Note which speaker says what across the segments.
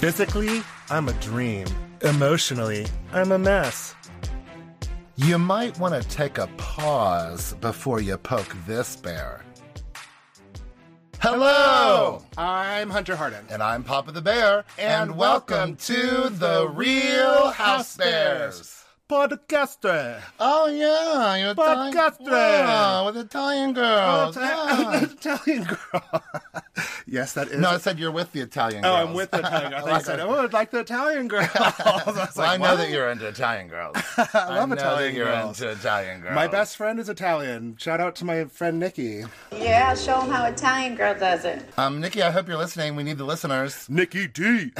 Speaker 1: Physically, I'm a dream. Emotionally, I'm a mess.
Speaker 2: You might want to take a pause before you poke this bear. Hello!
Speaker 3: I'm Hunter Harden.
Speaker 2: And I'm Papa the Bear, and, welcome to the Real House Bears.
Speaker 1: Podcaster.
Speaker 2: Oh yeah, you're Italian.
Speaker 1: Podcaster.
Speaker 2: Yeah, with Italian girls. yeah.
Speaker 3: Italian girl. yes, that is.
Speaker 2: No, I said you're with the Italian
Speaker 3: oh,
Speaker 2: girls.
Speaker 3: I'm with the Italian girl. I thought you
Speaker 2: Like
Speaker 3: said,
Speaker 2: a-
Speaker 3: oh, I'd like the Italian girl. I was
Speaker 2: Well, I
Speaker 3: like,
Speaker 2: know
Speaker 3: what?
Speaker 2: that you're into Italian girls.
Speaker 3: I love
Speaker 2: know
Speaker 3: Italian
Speaker 2: that you're
Speaker 3: girls.
Speaker 2: into Italian girls.
Speaker 3: My best friend is Italian. Shout out to my friend Nikki.
Speaker 4: Yeah, show them how Italian girl does it.
Speaker 2: Um, Nikki, I hope you're listening. We need the listeners.
Speaker 3: Nikki D.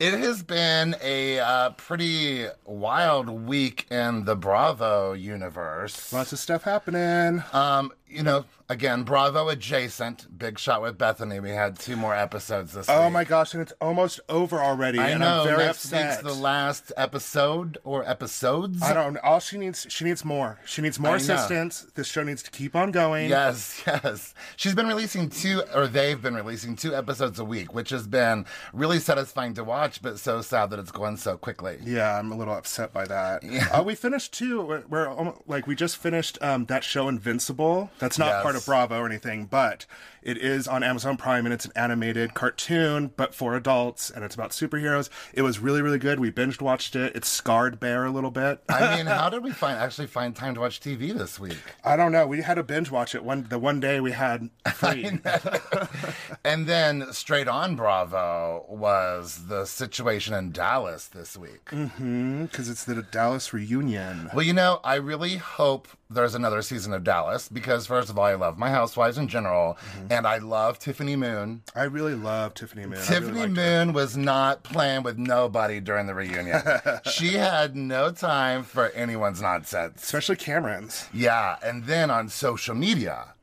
Speaker 2: It has been a uh, pretty wild week in the Bravo universe.
Speaker 3: Lots of stuff happening.
Speaker 2: Um, you know, again, Bravo adjacent. Big shot with Bethany. We had two more episodes this week.
Speaker 3: oh my gosh, and it's almost over already.
Speaker 2: I
Speaker 3: and
Speaker 2: know.
Speaker 3: I'm very
Speaker 2: next
Speaker 3: upset.
Speaker 2: week's the last episode or episodes.
Speaker 3: I don't. All she needs, she needs more. She needs
Speaker 2: I
Speaker 3: more
Speaker 2: know.
Speaker 3: assistance. This show needs to keep on going.
Speaker 2: Yes, yes. She's been releasing two, or they've been releasing two episodes a week, which has been really satisfying to watch, but so sad that it's going so quickly.
Speaker 3: Yeah, I'm a little upset by that. Uh, we finished too. We're, we're almo- like we just finished um, that show Invincible. That's not
Speaker 2: Yes.
Speaker 3: part of Bravo or anything, but it is on Amazon Prime and it's an animated cartoon, but for adults, and it's about superheroes. It was really, really good. We binge watched it. It scarred Bear a little bit.
Speaker 2: I mean, how did we find actually find time to watch TV this week?
Speaker 3: I don't know. We had to binge watch it one the one day we had free.
Speaker 2: And then straight on Bravo was the situation in Dallas this week.
Speaker 3: Mm-hmm. because it's the Dallas reunion.
Speaker 2: Well, you know, I really hope there's another season of Dallas because, first of all, I love my housewives in general,
Speaker 3: Mm-hmm.
Speaker 2: and I love Tiffany Moon.
Speaker 3: I really love Tiffany Moon. I really
Speaker 2: Tiffany
Speaker 3: liked her.
Speaker 2: Moon was not playing with nobody during the reunion. she had no time for anyone's nonsense.
Speaker 3: especially Cameron's.
Speaker 2: Yeah, and then on social media,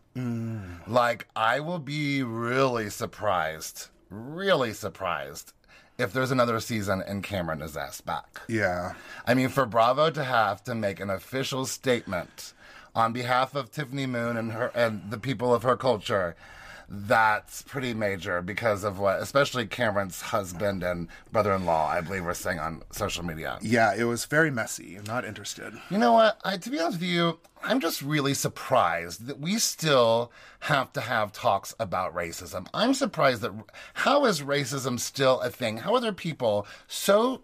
Speaker 2: like I will be really surprised, really surprised if there's another season and Cameron is asked back.
Speaker 3: Yeah.
Speaker 2: I mean, for Bravo to have to make an official statement on behalf of Tiffany Moon and her and the people of her culture, that's pretty major because of what, especially Cameron's husband and brother-in-law, I believe, were saying on social media.
Speaker 3: Yeah, it was very messy. I'm not interested.
Speaker 2: You know what? I, to be honest with you, I'm just really surprised that we still have to have talks about racism. I'm surprised that how is racism still a thing? How are there people so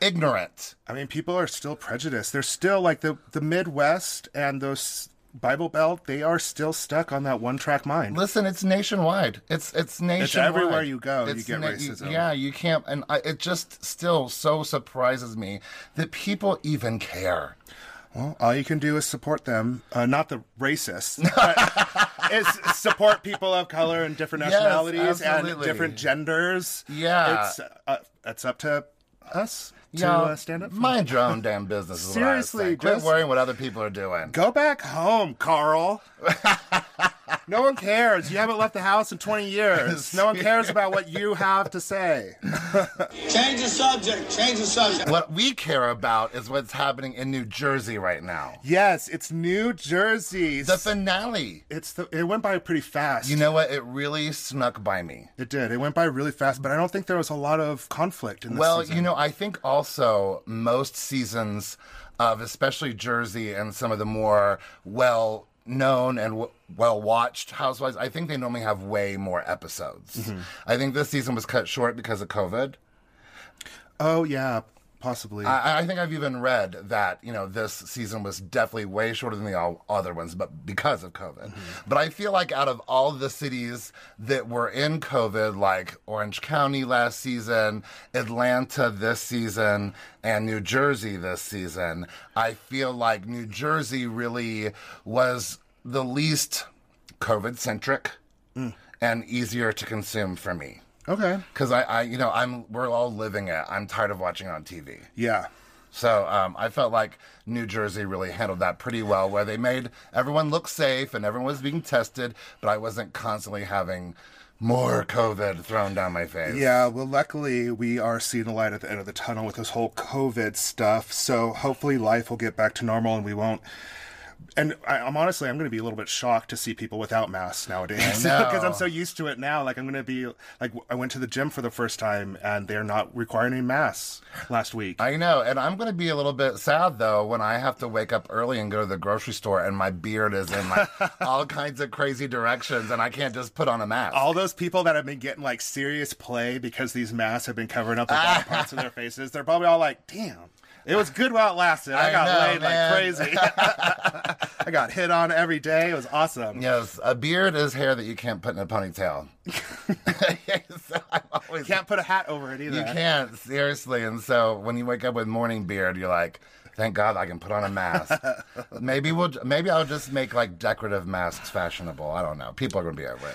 Speaker 2: ignorant?
Speaker 3: I mean, people are still prejudiced. They're still like the the Midwest and those Bible Belt. They are still stuck on that one track mind.
Speaker 2: Listen, it's nationwide. It's it's nationwide.
Speaker 3: everywhere you go, you get racism.
Speaker 2: yeah, you can't. And I, it just still so surprises me that people even care.
Speaker 3: Well, all you can do is support them, uh, not the racists. But is support people of color and different
Speaker 2: Yes,
Speaker 3: nationalities and
Speaker 2: absolutely.
Speaker 3: different genders.
Speaker 2: Yeah.
Speaker 3: it's uh, it's up to us to
Speaker 2: Y'all,
Speaker 3: uh, stand up. For
Speaker 2: Mind your own damn business. Is
Speaker 3: Seriously,
Speaker 2: what I say. quit
Speaker 3: just-
Speaker 2: worrying what other people are doing.
Speaker 3: Go back home, Carl. no one cares. You haven't left the house in 20 years. No one cares about what you have to say.
Speaker 5: Change the subject. Change the subject.
Speaker 2: What we care about is what's happening in New Jersey right now.
Speaker 3: Yes, it's New Jersey.
Speaker 2: The finale.
Speaker 3: it's the, it went by pretty fast.
Speaker 2: You know what? It really snuck by me.
Speaker 3: it did. It went by really fast, but I don't think there was a lot of conflict in this
Speaker 2: Well,
Speaker 3: season.
Speaker 2: you know, I think also most seasons of especially Jersey and some of the more well known and w- well watched housewives, I think they normally have way more episodes.
Speaker 3: Mm-hmm.
Speaker 2: I think this season was cut short because of COVID.
Speaker 3: oh yeah, possibly.
Speaker 2: I, I think I've even read that you know this season was definitely way shorter than the all other ones, but because of COVID. But I feel like out of all the cities that were in COVID, like Orange County last season, Atlanta this season, and New Jersey this season, I feel like New Jersey really was the least COVID centric and easier to consume for me.
Speaker 3: okay.
Speaker 2: Because I, I, you know, I'm we're all living it. I'm tired of watching it on TV.
Speaker 3: Yeah.
Speaker 2: So um, I felt like New Jersey really handled that pretty well, where they made everyone look safe and everyone was being tested, but I wasn't constantly having more COVID thrown down my face.
Speaker 3: Yeah, well, luckily we are seeing the light at the end of the tunnel with this whole COVID stuff. So hopefully life will get back to normal and we won't and I, I'm honestly, I'm going to be a little bit shocked to see people without masks nowadays
Speaker 2: I know.
Speaker 3: because I'm so used to it now. Like I'm going to be like I went to the gym for the first time and they're not requiring any masks last week.
Speaker 2: I know, and I'm going to be a little bit sad though when I have to wake up early and go to the grocery store and my beard is in like all kinds of crazy directions and I can't just put on a mask.
Speaker 3: all those people that have been getting like serious play because these masks have been covering up the bad parts of their faces, they're probably all like, "Damn, it was good while it lasted. I,
Speaker 2: I
Speaker 3: got
Speaker 2: know,
Speaker 3: laid
Speaker 2: man."
Speaker 3: like crazy. I got hit on every day. It was awesome."
Speaker 2: yes, a beard is hair that you can't put in a ponytail. So I'm always-
Speaker 3: Can't put a hat over it either.
Speaker 2: you can't seriously, and so when you wake up with morning beard, you're like. Thank God I can put on a mask. maybe we'll. Maybe I'll just make like decorative masks fashionable. I don't know. People are gonna be over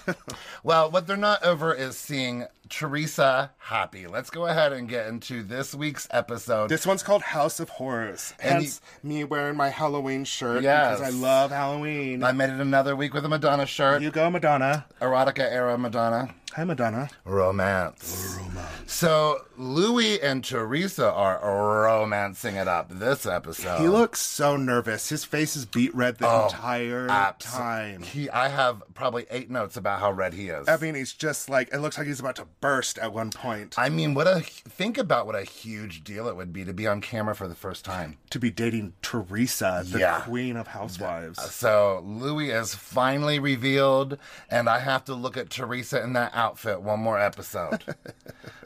Speaker 2: it. Well, what they're not over is seeing Teresa happy. Let's go ahead and get into this week's episode.
Speaker 3: This one's called House of Horrors.
Speaker 2: And
Speaker 3: Hence me wearing my Halloween shirt
Speaker 2: Yes.
Speaker 3: because I love Halloween.
Speaker 2: I made it another week with a Madonna shirt,
Speaker 3: you go, Madonna.
Speaker 2: erotica era Madonna.
Speaker 3: Hi, Madonna.
Speaker 2: Romance. So Louis and Teresa are romancing it up this episode.
Speaker 3: He looks so nervous. His face is beat red the
Speaker 2: Oh,
Speaker 3: entire
Speaker 2: abs-
Speaker 3: time.
Speaker 2: He, I have probably eight notes about how red he is.
Speaker 3: I mean, he's just like, it looks like he's about to burst at one point.
Speaker 2: I mean, what a think about what a huge deal it would be to be on camera for the first time.
Speaker 3: to be dating Teresa, the
Speaker 2: Yeah.
Speaker 3: queen of housewives.
Speaker 2: So Louis is finally revealed, and I have to look at Teresa in that outfit one more episode.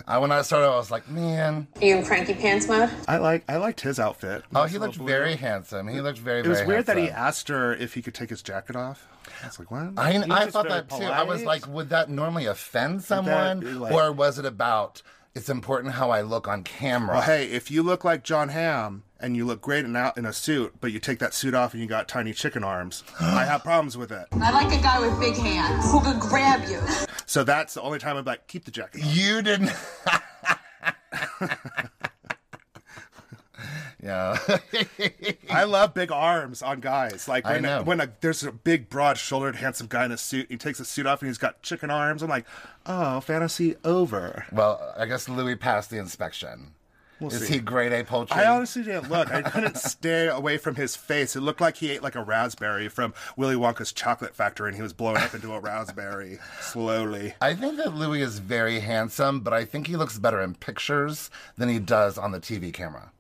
Speaker 2: I when I started, I was like, man,
Speaker 4: Are you in cranky pants mode?
Speaker 3: I like I liked his outfit.
Speaker 2: oh, he looked very handsome. He looked very.
Speaker 3: It was
Speaker 2: very
Speaker 3: weird that he
Speaker 2: handsome.
Speaker 3: asked her if he could take his jacket off. I was like, what?
Speaker 2: I,
Speaker 3: He was
Speaker 2: I
Speaker 3: just
Speaker 2: thought
Speaker 3: very
Speaker 2: that too. I was
Speaker 3: polite.
Speaker 2: like, would that normally offend
Speaker 3: that
Speaker 2: someone,
Speaker 3: be like-
Speaker 2: or was it about? It's important how I look on camera.
Speaker 3: Well, hey, if you look like John Hamm and you look great in, out in a suit, but you take that suit off and you got tiny chicken arms, I have problems with it.
Speaker 6: I like a guy with big hands who could grab you.
Speaker 3: So that's the only time I'm like, keep the jacket. on.
Speaker 2: You didn't. yeah.
Speaker 3: I love big arms on guys. Like
Speaker 2: I
Speaker 3: when
Speaker 2: know.
Speaker 3: when a, there's a big, broad-shouldered, handsome guy in a suit, he takes the suit off and he's got chicken arms. I'm like, oh, fantasy over.
Speaker 2: well, I guess Louis passed the inspection. Is
Speaker 3: see.
Speaker 2: he grade A poultry?
Speaker 3: I honestly didn't look. I couldn't stay away from his face. It looked like he ate like a raspberry from Willy Wonka's chocolate factory, and he was blown up into a raspberry slowly.
Speaker 2: I think that Louis is very handsome, but I think he looks better in pictures than he does on the TV camera.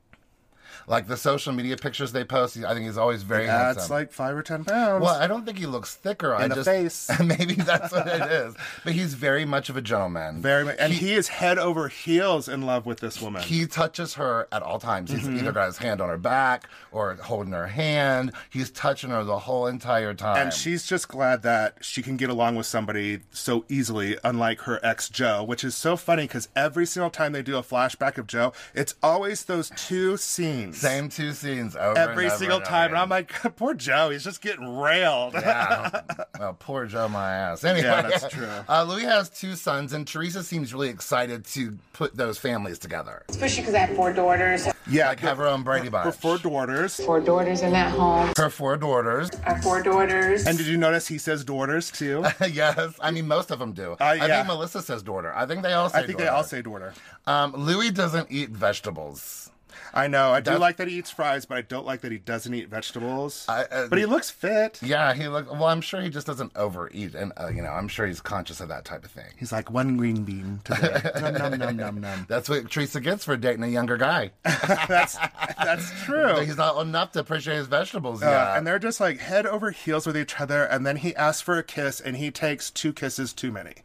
Speaker 2: Like the social media pictures they post, I think he's always very handsome.
Speaker 3: That's like five or ten pounds.
Speaker 2: well, I don't think he looks thicker. I
Speaker 3: the
Speaker 2: just
Speaker 3: face.
Speaker 2: maybe that's what it is. But he's very much of a gentleman.
Speaker 3: Very much. And he, is head over heels in love with this woman.
Speaker 2: He touches her at all times. He's
Speaker 3: Mm-hmm.
Speaker 2: either got his hand on her back or holding her hand. He's touching her the whole entire time.
Speaker 3: and she's just glad that she can get along with somebody so easily, unlike her ex Joe, which is so funny because every single time they do a flashback of Joe, it's always those two scenes.
Speaker 2: same two scenes over
Speaker 3: Every
Speaker 2: and over
Speaker 3: single
Speaker 2: and over
Speaker 3: time. And I'm
Speaker 2: again.
Speaker 3: like, poor Joe, he's just getting railed.
Speaker 2: yeah. Well, poor Joe, my ass. Anyway,
Speaker 3: Yeah, that's true.
Speaker 2: Uh, Louis has two sons, and Teresa seems really excited to put those families together.
Speaker 4: Especially because I have four daughters.
Speaker 3: Yeah,
Speaker 2: Like have her own Brady Bunch.
Speaker 3: her four daughters.
Speaker 4: Four daughters in that home.
Speaker 2: Her four daughters.
Speaker 4: I have four daughters.
Speaker 3: And did you notice he says daughters too?
Speaker 2: yes, I mean most of them do. I
Speaker 3: yeah.
Speaker 2: think Melissa says daughter. I think they all say.
Speaker 3: I think they
Speaker 2: daughter.
Speaker 3: all say daughter.
Speaker 2: Um, Louis doesn't eat vegetables.
Speaker 3: I know. I do like that he eats fries, but I don't like that he doesn't eat vegetables.
Speaker 2: I- uh,
Speaker 3: but he looks fit.
Speaker 2: Yeah, he look. Well, I'm sure he just doesn't overeat, and uh, you know, I'm sure he's conscious of that type of thing.
Speaker 3: He's like one green bean today. num num num num num.
Speaker 2: That's what Teresa gets for dating a younger guy.
Speaker 3: That's that's true.
Speaker 2: He's not old enough to appreciate his vegetables
Speaker 3: Oh. Uh,
Speaker 2: yet.
Speaker 3: And they're just like head over heels with each other, and then he asks for a kiss, and he takes two kisses too many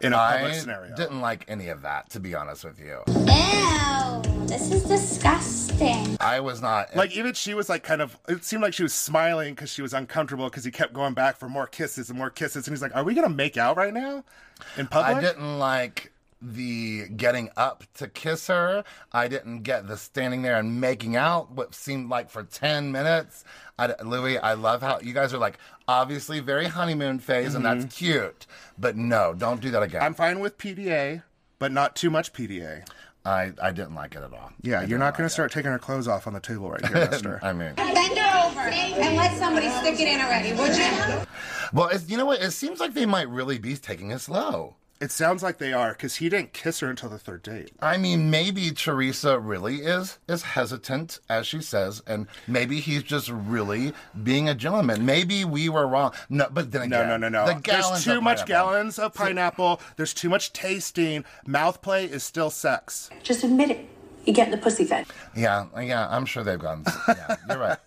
Speaker 3: in a public
Speaker 2: I
Speaker 3: scenario.
Speaker 2: didn't like any of that, to be honest with you.
Speaker 7: Ew, this is disgusting.
Speaker 2: I was not
Speaker 3: Like even she was like kind of. It seemed like she was smiling because she was uncomfortable because he kept going back for more kisses and more kisses, and he's like, "Are we gonna make out right now in public?"
Speaker 2: I didn't like the getting up to kiss her. I didn't get the standing there and making out what seemed like for 10 minutes. I, Louis, I love how you guys are like obviously very honeymoon phase and
Speaker 3: Mm-hmm.
Speaker 2: that's cute. But no, don't do that again.
Speaker 3: I'm fine with PDA, but not too much PDA.
Speaker 2: I, I didn't like it at all.
Speaker 3: Yeah, you're not gonna start taking her clothes off on the table right here, Esther.
Speaker 2: I mean,
Speaker 6: Bend her over and let somebody stick it in already, would you?
Speaker 2: well, it's, you know what? It seems like they might really be taking it slow.
Speaker 3: It sounds like they are because he didn't kiss her until the third date.
Speaker 2: I mean, maybe Teresa really is is hesitant, as she says, and maybe he's just really being a gentleman. Maybe we were wrong. No, but then
Speaker 3: No,
Speaker 2: again,
Speaker 3: no, no, no.
Speaker 2: The
Speaker 3: There's
Speaker 2: gallons
Speaker 3: too
Speaker 2: of
Speaker 3: much
Speaker 2: pineapple.
Speaker 3: gallons of pineapple. There's too much tasting. Mouth play is still sex.
Speaker 8: Just admit it. You're getting the pussy fed.
Speaker 2: Yeah, yeah, I'm sure they've gone. Yeah, you're right.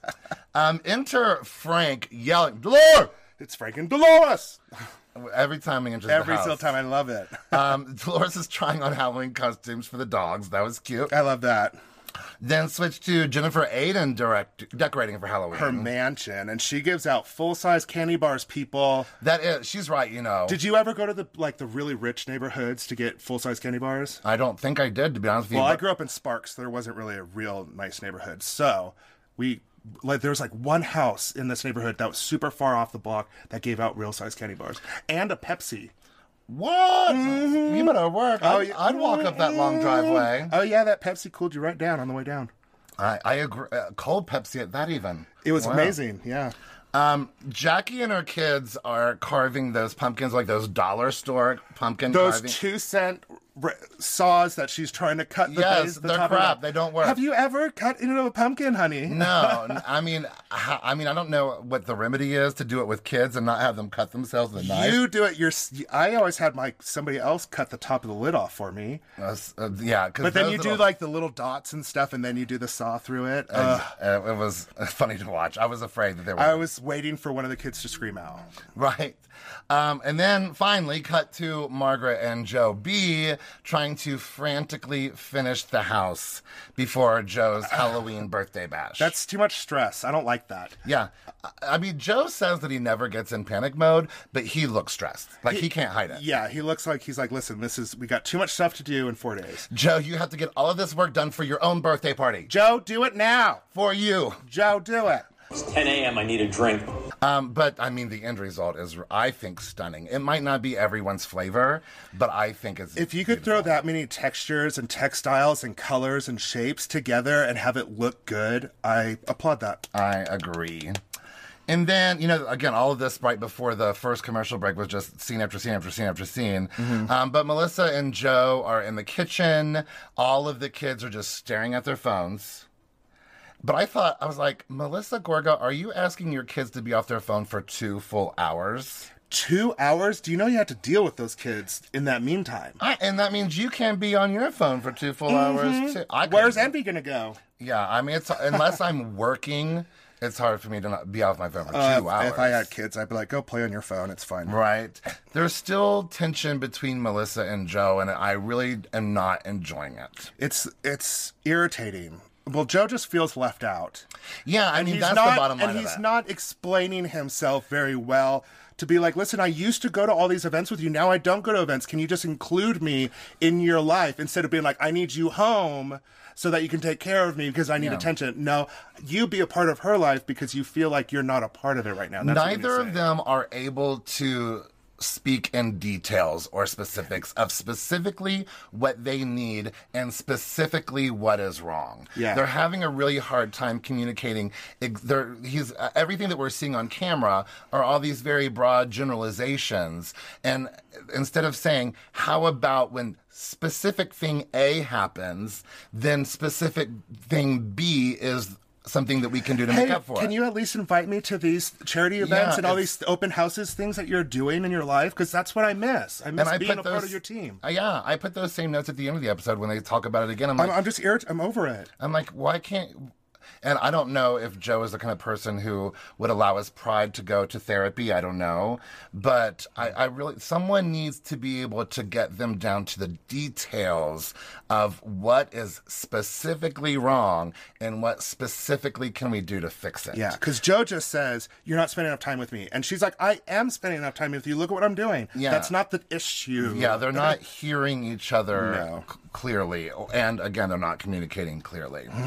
Speaker 2: Um, enter Frank yelling, "Dolores!"
Speaker 3: It's Frank and Dolores.
Speaker 2: Every time he enters
Speaker 3: Every
Speaker 2: the house.
Speaker 3: single time. I love it.
Speaker 2: Um, Dolores is trying on Halloween costumes for the dogs. That was cute.
Speaker 3: I love that.
Speaker 2: Then switch to Jennifer Aiden direct decorating for Halloween.
Speaker 3: Her mansion, and she gives out full size candy bars. People,
Speaker 2: that is, she's right. You know,
Speaker 3: did you ever go to the like the really rich neighborhoods to get full size candy bars?
Speaker 2: I don't think I did to be honest with
Speaker 3: Well,
Speaker 2: you.
Speaker 3: I
Speaker 2: but-
Speaker 3: grew up in Sparks. There wasn't really a real nice neighborhood. So we like there was like one house in this neighborhood that was super far off the block that gave out real size candy bars and a Pepsi.
Speaker 2: What? Mm-hmm. You better work. I'd,
Speaker 3: Oh, yeah.
Speaker 2: I'd walk up that long driveway.
Speaker 3: Oh yeah, that Pepsi cooled you right down on the way down.
Speaker 2: I, I agree. Uh, cold Pepsi at that, even.
Speaker 3: It was
Speaker 2: Wow.
Speaker 3: amazing. Yeah.
Speaker 2: Um, Jackie and her kids are carving those pumpkins, like those dollar store pumpkin
Speaker 3: Those
Speaker 2: carving.
Speaker 3: two cent r- saws that she's trying to cut. The
Speaker 2: Yes,
Speaker 3: base, the
Speaker 2: they're
Speaker 3: top of
Speaker 2: crap.
Speaker 3: it.
Speaker 2: They don't work.
Speaker 3: Have you ever cut into a pumpkin, honey?
Speaker 2: no, n- I mean, I I mean, I don't know what the remedy is to do it with kids and not have them cut themselves with a knife.
Speaker 3: You do it. Your I always had my somebody else cut the top of the lid off for me.
Speaker 2: That's- uh, yeah, 'cause
Speaker 3: But then
Speaker 2: those
Speaker 3: you do
Speaker 2: little-
Speaker 3: like the little dots and stuff, and then you do the saw through it.
Speaker 2: Uh,
Speaker 3: Ugh.
Speaker 2: it was funny to watch. I was afraid that they were.
Speaker 3: I was waiting for one of the kids to scream out.
Speaker 2: Right. Um, and then finally, cut to Margaret and Joe B trying to frantically finish the house before Joe's Halloween birthday bash.
Speaker 3: That's too much stress. I don't like that.
Speaker 2: yeah. I- I mean, Joe says that he never gets in panic mode, but he looks stressed. Like he, can't hide it.
Speaker 3: Yeah, he looks like he's like, listen, this is we got too much stuff to do in four days.
Speaker 2: Joe, you have to get all of this work done for your own birthday party.
Speaker 3: Joe, do it now.
Speaker 2: For you.
Speaker 3: Joe, do it.
Speaker 9: It's 10 a.m. I need a drink.
Speaker 2: Um, but I mean, the end result is, I think, stunning. It might not be everyone's flavor, but I think it's.
Speaker 3: If you could throw that many textures and textiles and colors and shapes together and have it look good, I applaud that.
Speaker 2: I agree. And then, you know, again, all of this right before the first commercial break was just scene after scene after scene after scene.
Speaker 3: Mm-hmm.
Speaker 2: Um, but Melissa and Joe are in the kitchen. All of the kids are just staring at their phones. But I thought, I was like, Melissa Gorga, are you asking your kids to be off their phone for two full hours?
Speaker 3: Two hours? Do you know you had to deal with those kids in that meantime?
Speaker 2: I, and that means you can't be on your phone for two full hours, too. I
Speaker 3: Mm-hmm. Where's
Speaker 2: couldn't.
Speaker 3: Envy gonna go?
Speaker 2: Yeah, I mean, it's unless I'm working, it's hard for me to not be off my phone for two
Speaker 3: Uh,
Speaker 2: hours.
Speaker 3: If I had kids, I'd be like, go play on your phone. It's fine.
Speaker 2: Right. There's still tension between Melissa and Joe, and I really am not enjoying it.
Speaker 3: It's it's irritating. Well, Joe just feels left out.
Speaker 2: Yeah, I mean, that's
Speaker 3: not,
Speaker 2: the bottom line.
Speaker 3: And
Speaker 2: of
Speaker 3: he's
Speaker 2: that.
Speaker 3: not explaining himself very well to be like, listen, I used to go to all these events with you. Now I don't go to events. Can you just include me in your life instead of being like, I need you home so that you can take care of me because I need attention? No, you be a part of her life because you feel like you're not a part of it right now. That's what he was
Speaker 2: Neither of
Speaker 3: saying.
Speaker 2: them are able to speak in details or specifics of specifically what they need and specifically what is wrong.
Speaker 3: Yeah.
Speaker 2: They're having a really hard time communicating. Ex- They're, he's, uh, everything that we're seeing on camera are all these very broad generalizations. And instead of saying, how about when specific thing A happens, then specific thing B is something that we can do to
Speaker 3: Hey,
Speaker 2: make up for
Speaker 3: can
Speaker 2: it.
Speaker 3: you at least invite me to these charity events
Speaker 2: Yeah,
Speaker 3: and all
Speaker 2: it's-
Speaker 3: these open houses, things that you're doing in your life? Because that's what I miss. I miss being a part of your team.
Speaker 2: Uh, yeah, I put those same notes at the end of the episode when they talk about it again. I'm like,
Speaker 3: I'm, I'm just irrit- I'm over it.
Speaker 2: I'm like, why can't? And I don't know if Joe is the kind of person who would allow his pride to go to therapy. I don't know, but I, I really someone needs to be able to get them down to the details of what is specifically wrong and what specifically can we do to fix it.
Speaker 3: Yeah, because Joe just says you're not spending enough time with me, and she's like, "I am spending enough time with you. Look at what I'm doing.
Speaker 2: Yeah.
Speaker 3: that's not the issue.
Speaker 2: Yeah, they're not hearing each other
Speaker 3: No.
Speaker 2: c- clearly. And again, they're not communicating clearly.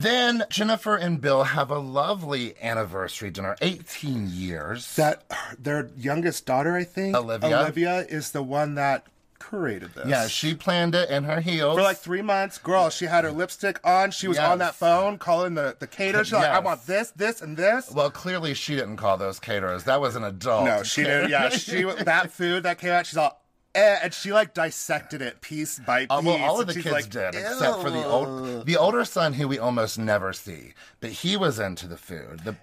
Speaker 2: then Jennifer and Bill have a lovely anniversary dinner 18 years.
Speaker 3: that their youngest daughter, I think,
Speaker 2: Olivia?
Speaker 3: Olivia is the one that curated this.
Speaker 2: yeah, she planned it in her heels.
Speaker 3: for like three months, girl, she had her lipstick on. She was
Speaker 2: Yes.
Speaker 3: on that phone calling the the caterer. She's like, "I
Speaker 2: Yes.
Speaker 3: want this, this, and this."
Speaker 2: well, clearly she didn't call those caterers. That was an adult.
Speaker 3: No, she didn't. Yeah, she that food that came out. She's all, eh, and she like dissected it piece by piece.
Speaker 2: Uh, well, all of
Speaker 3: and
Speaker 2: the
Speaker 3: she's
Speaker 2: kids
Speaker 3: like,
Speaker 2: did, except for the
Speaker 3: "Ew."
Speaker 2: old, the older son who we almost never see, but he was into the food. The,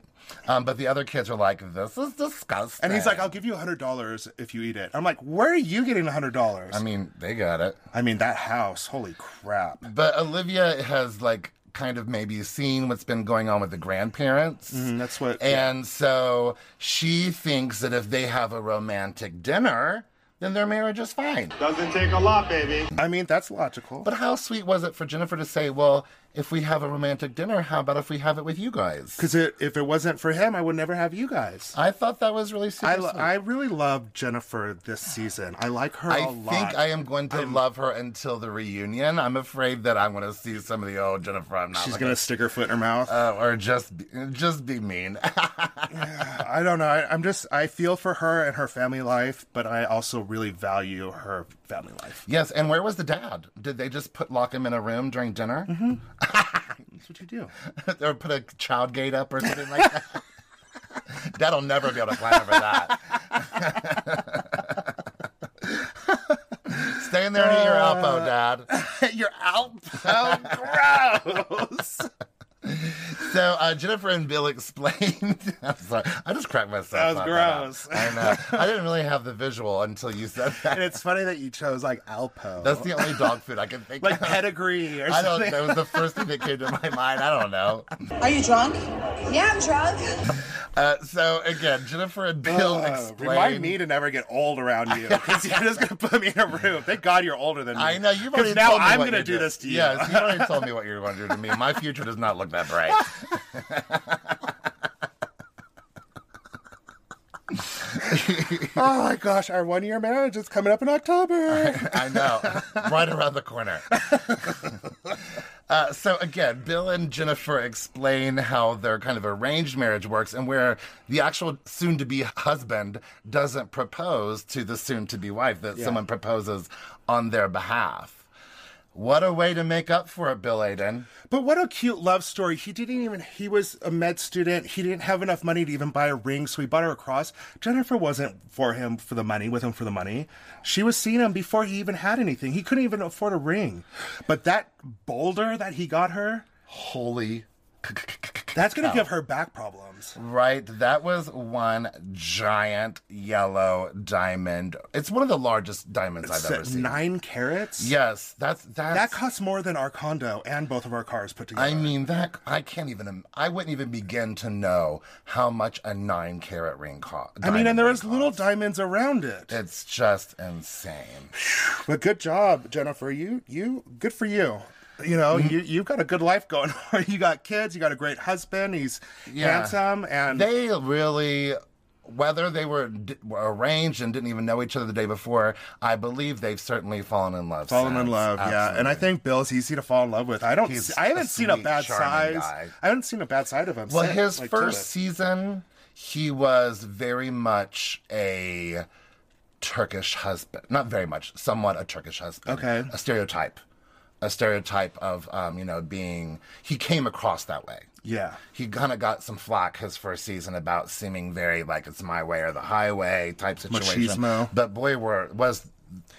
Speaker 2: um, but the other kids were like, "This is disgusting."
Speaker 3: And he's like, "I'll give you hundred dollars if you eat it." I'm like, "Where are you getting hundred dollars?"
Speaker 2: I mean, they got it.
Speaker 3: I mean, that house, holy crap!
Speaker 2: But Olivia has like kind of maybe seen what's been going on with the grandparents.
Speaker 3: Mm-hmm, that's what-
Speaker 2: And so she thinks that if they have a romantic dinner, then their marriage is fine.
Speaker 5: Doesn't take a lot, baby.
Speaker 3: I mean, that's logical.
Speaker 2: But how sweet was it for Jennifer to say, "Well, if we have a romantic dinner, how about if we have it with you guys?"
Speaker 3: Because if it wasn't for him, I would never have you guys.
Speaker 2: I thought that was really super
Speaker 3: I, lo-
Speaker 2: sweet.
Speaker 3: I really love Jennifer this season. I like her a
Speaker 2: I
Speaker 3: lot.
Speaker 2: think I am going to love her until the reunion. I'm afraid that I'm going to see some of the old Jennifer. I'm not
Speaker 3: She's
Speaker 2: looking-
Speaker 3: gonna stick her foot in her mouth.
Speaker 2: uh, or just be, just be mean.
Speaker 3: I don't know. I, I'm just. I feel for her and her family life, but I also really value her family life.
Speaker 2: yes. And where was the dad? Did they just put lock him in a room during dinner,
Speaker 3: Mm-hmm. That's what you do.
Speaker 2: or put a child gate up, or something like that? Dad'll never be able to plan over that. Stay in there and eat your
Speaker 3: Uh.
Speaker 2: elbow, Dad.
Speaker 3: You're out. Oh, gross.
Speaker 2: So uh, Jennifer and Bill explained. I'm sorry, I just cracked myself.
Speaker 3: That was
Speaker 2: up.
Speaker 3: gross.
Speaker 2: I know. I didn't really have the visual until you said that.
Speaker 3: and it's funny that you chose like Alpo.
Speaker 2: That's the only dog food I can think
Speaker 3: like
Speaker 2: of.
Speaker 3: pedigree or
Speaker 2: I don't.
Speaker 3: something.
Speaker 2: That was the first thing that came to my mind. I don't know.
Speaker 4: Are you drunk?
Speaker 6: Yeah, I'm drunk.
Speaker 2: Uh, so again, Jennifer and Bill
Speaker 3: Uh,
Speaker 2: explained.
Speaker 3: Remind me to never get old around you because you're just gonna put me in a room. Thank God you're older than me.
Speaker 2: I know you've
Speaker 3: 'Cause
Speaker 2: already
Speaker 3: now
Speaker 2: told me
Speaker 3: I'm
Speaker 2: what
Speaker 3: gonna
Speaker 2: you're
Speaker 3: do
Speaker 2: doing.
Speaker 3: this to you.
Speaker 2: Yes, you already told me what you're going to do to me. My future does not look that bright.
Speaker 3: Oh my gosh, our one year marriage is coming up in October.
Speaker 2: I know, right around the corner. Uh, so again, Bill and Jennifer explain how their kind of arranged marriage works, and where the actual soon-to-be husband doesn't propose to the soon-to-be wife; that someone proposes on their behalf. What a way to make up for it, Bill Aiden.
Speaker 3: but what a cute love story. He didn't even, he was a med student. He didn't have enough money to even buy a ring, so he bought her a cross. Jennifer wasn't for him for the money, with him for the money. She was seeing him before he even had anything. He couldn't even afford a ring. But that boulder that he got her,
Speaker 2: Holy,
Speaker 3: that's going to give her back problems.
Speaker 2: right? That was one giant yellow diamond. It's one of the largest diamonds I've ever
Speaker 3: So
Speaker 2: seen.
Speaker 3: nine carats?
Speaker 2: Yes, that's that's
Speaker 3: That costs more than our condo and both of our cars put together.
Speaker 2: I mean that I can't even I wouldn't even begin to know how much a nine carat ring cost.
Speaker 3: I mean, and there is little diamonds around it.
Speaker 2: It's just insane.
Speaker 3: But good job, Jennifer. You you good for you. You know,
Speaker 2: Mm-hmm.
Speaker 3: you you've got a good life going on. You got kids, you got a great husband, he's
Speaker 2: Yeah.
Speaker 3: handsome and
Speaker 2: They really, whether they were, d- were arranged and didn't even know each other the day before, I believe they've certainly fallen in love.
Speaker 3: fallen in
Speaker 2: since.
Speaker 3: love, yeah. And I
Speaker 2: Absolutely.
Speaker 3: think Bill's easy to fall in love with. I don't
Speaker 2: He's
Speaker 3: see, I haven't
Speaker 2: a
Speaker 3: seen a
Speaker 2: sweet,
Speaker 3: bad size.
Speaker 2: charming guy.
Speaker 3: I haven't seen a bad side of him.
Speaker 2: Well,
Speaker 3: since,
Speaker 2: his
Speaker 3: like,
Speaker 2: first
Speaker 3: till
Speaker 2: season, he was very much a Turkish husband. Not very much, somewhat a Turkish husband.
Speaker 3: Okay.
Speaker 2: A stereotype. A stereotype of, um, you know, being. He came across that way.
Speaker 3: it. Yeah.
Speaker 2: He kind of got some flack his first season about seeming very like it's my way or the highway type situation.
Speaker 3: Machismo.
Speaker 2: But boy, were was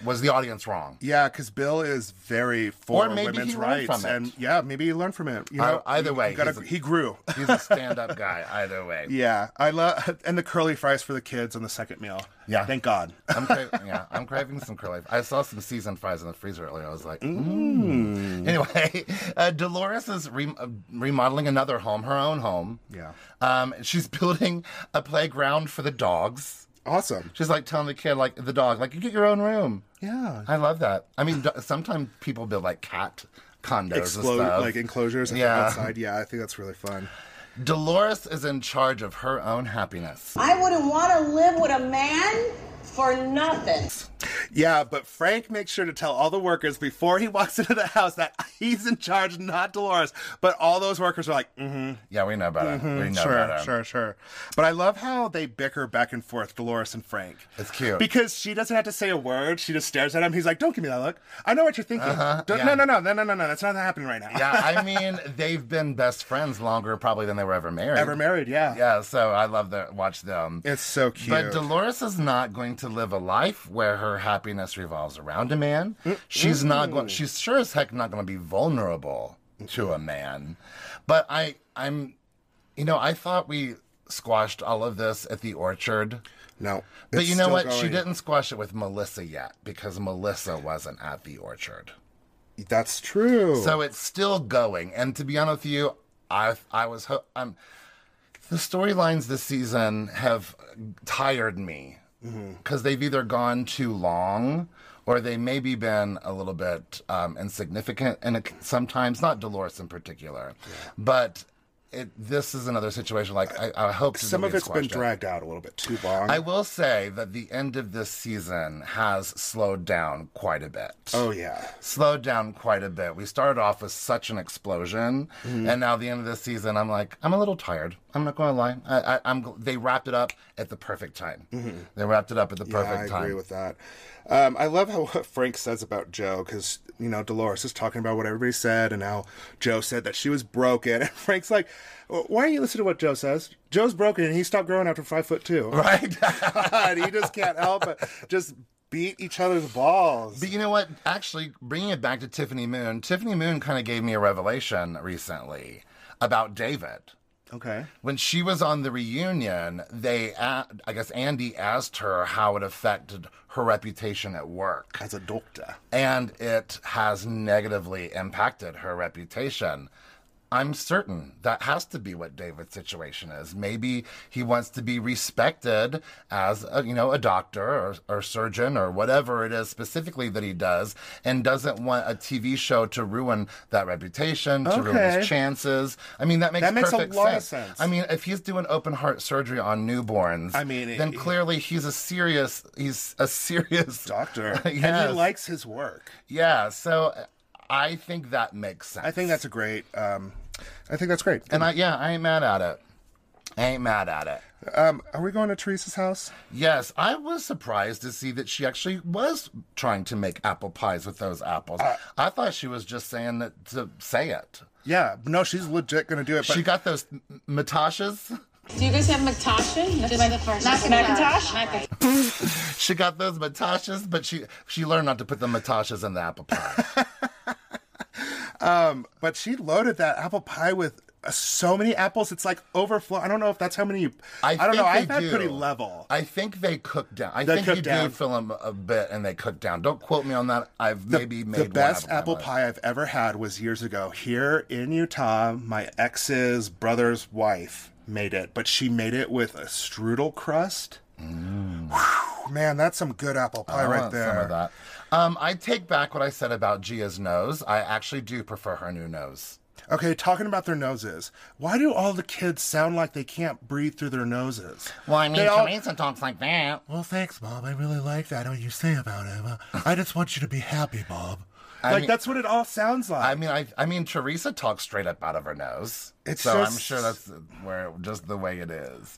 Speaker 2: was the audience wrong.
Speaker 3: Yeah, because Bill is very for
Speaker 2: Or maybe he
Speaker 3: women's
Speaker 2: learned
Speaker 3: rights,
Speaker 2: from it.
Speaker 3: and yeah, maybe he learned from it. You
Speaker 2: I-
Speaker 3: know,
Speaker 2: either
Speaker 3: you-
Speaker 2: way,
Speaker 3: you gotta-
Speaker 2: he's a-
Speaker 3: he grew.
Speaker 2: He's a stand-up guy either way.
Speaker 3: Yeah, I love and the curly fries for the kids on the second meal.
Speaker 2: Yeah.
Speaker 3: thank God.
Speaker 2: I'm cra- yeah, I'm craving some curly. I saw some seasoned fries in the freezer earlier. I was like, mm. anyway, uh, Dolores is re- uh, remodeling another home, her own home.
Speaker 3: Yeah.
Speaker 2: um, she's building a playground for the dogs.
Speaker 3: Awesome.
Speaker 2: She's like telling the kid, like the dog, like you get your own room.
Speaker 3: Yeah,
Speaker 2: I love that. I mean, d- sometimes people build like cat condos and
Speaker 3: explode
Speaker 2: stuff.
Speaker 3: like enclosures and
Speaker 2: Yeah.
Speaker 3: outside. Yeah, I think that's really fun.
Speaker 2: Dolores is in charge of her own happiness.
Speaker 6: I wouldn't want to live with a man for nothing.
Speaker 3: Yeah, but Frank makes sure to tell all the workers before he walks into the house that he's in charge, not Dolores. But all those workers are like, mm-hmm,
Speaker 2: Yeah, we know about it. We know
Speaker 3: sure,
Speaker 2: about it.
Speaker 3: sure, sure. But I love how they bicker back and forth, Dolores and Frank.
Speaker 2: It's cute.
Speaker 3: because she doesn't have to say a word. She just stares at him. He's like, "Don't give me that look. I know what you're thinking. Don't-
Speaker 2: Uh-huh. yeah.
Speaker 3: No, no, no, no, no, no, no. That's not happening right now."
Speaker 2: yeah, I mean, they've been best friends longer probably than they were ever married.
Speaker 3: ever married. Yeah.
Speaker 2: Yeah, so I love to watch them.
Speaker 3: It's so cute.
Speaker 2: But Dolores is not going to live a life where her happiness revolves around a man. She's not going. She's sure as heck not going to be vulnerable to a man. But I, I'm, you know, I thought we squashed all of this at the orchard.
Speaker 3: No.
Speaker 2: But
Speaker 3: it's
Speaker 2: you know
Speaker 3: still
Speaker 2: what? She
Speaker 3: going.
Speaker 2: didn't squash it with Melissa yet because Melissa wasn't at the orchard.
Speaker 3: That's true.
Speaker 2: So it's still going. And to be honest with you, I I was ho- I'm the storylines this season have tired me because
Speaker 3: Mm-hmm.
Speaker 2: they've either gone too long or they maybe been a little bit um, insignificant and it, sometimes not Dolores in particular, but. It, this is another situation. Like I, I hope to
Speaker 3: some of
Speaker 2: really
Speaker 3: it's been
Speaker 2: squash it.
Speaker 3: dragged out a little bit too long.
Speaker 2: I will say that the end of this season has slowed down quite a bit.
Speaker 3: oh yeah.
Speaker 2: Slowed down quite a bit. We started off with such an explosion,
Speaker 3: Mm-hmm.
Speaker 2: and now the end of this season, I'm like, I'm a little tired. I'm not going to lie. I, I, I'm. gl- They wrapped it up at the perfect time. They wrapped it up at the perfect
Speaker 3: Mm-hmm. I
Speaker 2: time.
Speaker 3: agree with that. Um, I love how what Frank says about Joe because you know Dolores is talking about what everybody said and how Joe said that she was broken, and Frank's like, "Well, "Why don't you listen to what Joe says? Joe's broken, and he stopped growing after five foot two.
Speaker 2: right.
Speaker 3: God, he just can't help it. Just beat each other's balls.
Speaker 2: But you know what? Actually, bringing it back to Tiffany Moon, Tiffany Moon kind of gave me a revelation recently about David.
Speaker 3: okay.
Speaker 2: when she was on the reunion, they, a I guess Andy asked her how it affected her reputation at work.
Speaker 3: As a doctor.
Speaker 2: And it has negatively impacted her reputation. I'm certain that has to be what David's situation is. Maybe he wants to be respected as a, you know a doctor or, or surgeon or whatever it is specifically that he does, and doesn't want a TV show to ruin that reputation, to ruin
Speaker 3: Okay.
Speaker 2: his chances. I mean, that makes
Speaker 3: That makes a
Speaker 2: perfect
Speaker 3: lot of
Speaker 2: sense.
Speaker 3: sense.
Speaker 2: I mean, if he's doing open heart surgery on newborns,
Speaker 3: I mean, it-
Speaker 2: then clearly he's a serious he's a serious
Speaker 3: Doctor. And
Speaker 2: Yes.
Speaker 3: he likes his work.
Speaker 2: Yeah, so uh, I think that makes sense.
Speaker 3: I think that's a great. Um, I think that's great.
Speaker 2: and I yeah, I ain't mad at it. I ain't mad at it.
Speaker 3: Um, are we going to Teresa's house?
Speaker 2: Yes, I was surprised to see that she actually was trying to make apple pies with those apples.
Speaker 3: Uh,
Speaker 2: I thought she was just saying that to say it.
Speaker 3: Yeah. No, she's legit going to do it. But
Speaker 2: she got those m- Matashas.
Speaker 4: Do you guys have McTasha? That's my first. Macintosh?
Speaker 2: She got those Matashas, but she she learned not to put the Matashas in the apple pie.
Speaker 3: but she loaded that apple pie with uh, so many apples. It's like overflow. I don't know if that's how many. You, I, don't
Speaker 2: think
Speaker 3: know.
Speaker 2: they
Speaker 3: I've had
Speaker 2: do.
Speaker 3: pretty level.
Speaker 2: I think they cook down. I
Speaker 3: They
Speaker 2: think
Speaker 3: cook
Speaker 2: you
Speaker 3: down.
Speaker 2: do fill them a bit and they cook down. Don't quote me on that. I've maybe made
Speaker 3: the best
Speaker 2: one
Speaker 3: apple
Speaker 2: in my life.
Speaker 3: pie I've ever had was years ago here in Utah. My ex's brother's wife made it, but she made it with a strudel crust. Whew, man, that's some good apple pie
Speaker 2: Mm. I
Speaker 3: right
Speaker 2: want
Speaker 3: there.
Speaker 2: Some of that. Um, I take back what I said about Gia's nose. I actually do prefer her new nose.
Speaker 3: Okay, talking about their noses. Why do all the kids sound like they can't breathe through their noses?
Speaker 2: Well, I mean,
Speaker 3: They all-
Speaker 2: Teresa talks like that.
Speaker 3: Well, thanks, Mom. I really like that. What you say about him. Uh, I just want you to be happy, Mom. like
Speaker 2: mean-
Speaker 3: that's what it all sounds like.
Speaker 2: I mean, I, I mean, Teresa talks straight up out of her nose.
Speaker 3: It's
Speaker 2: so I'm
Speaker 3: just-
Speaker 2: sure that's where just the way it is.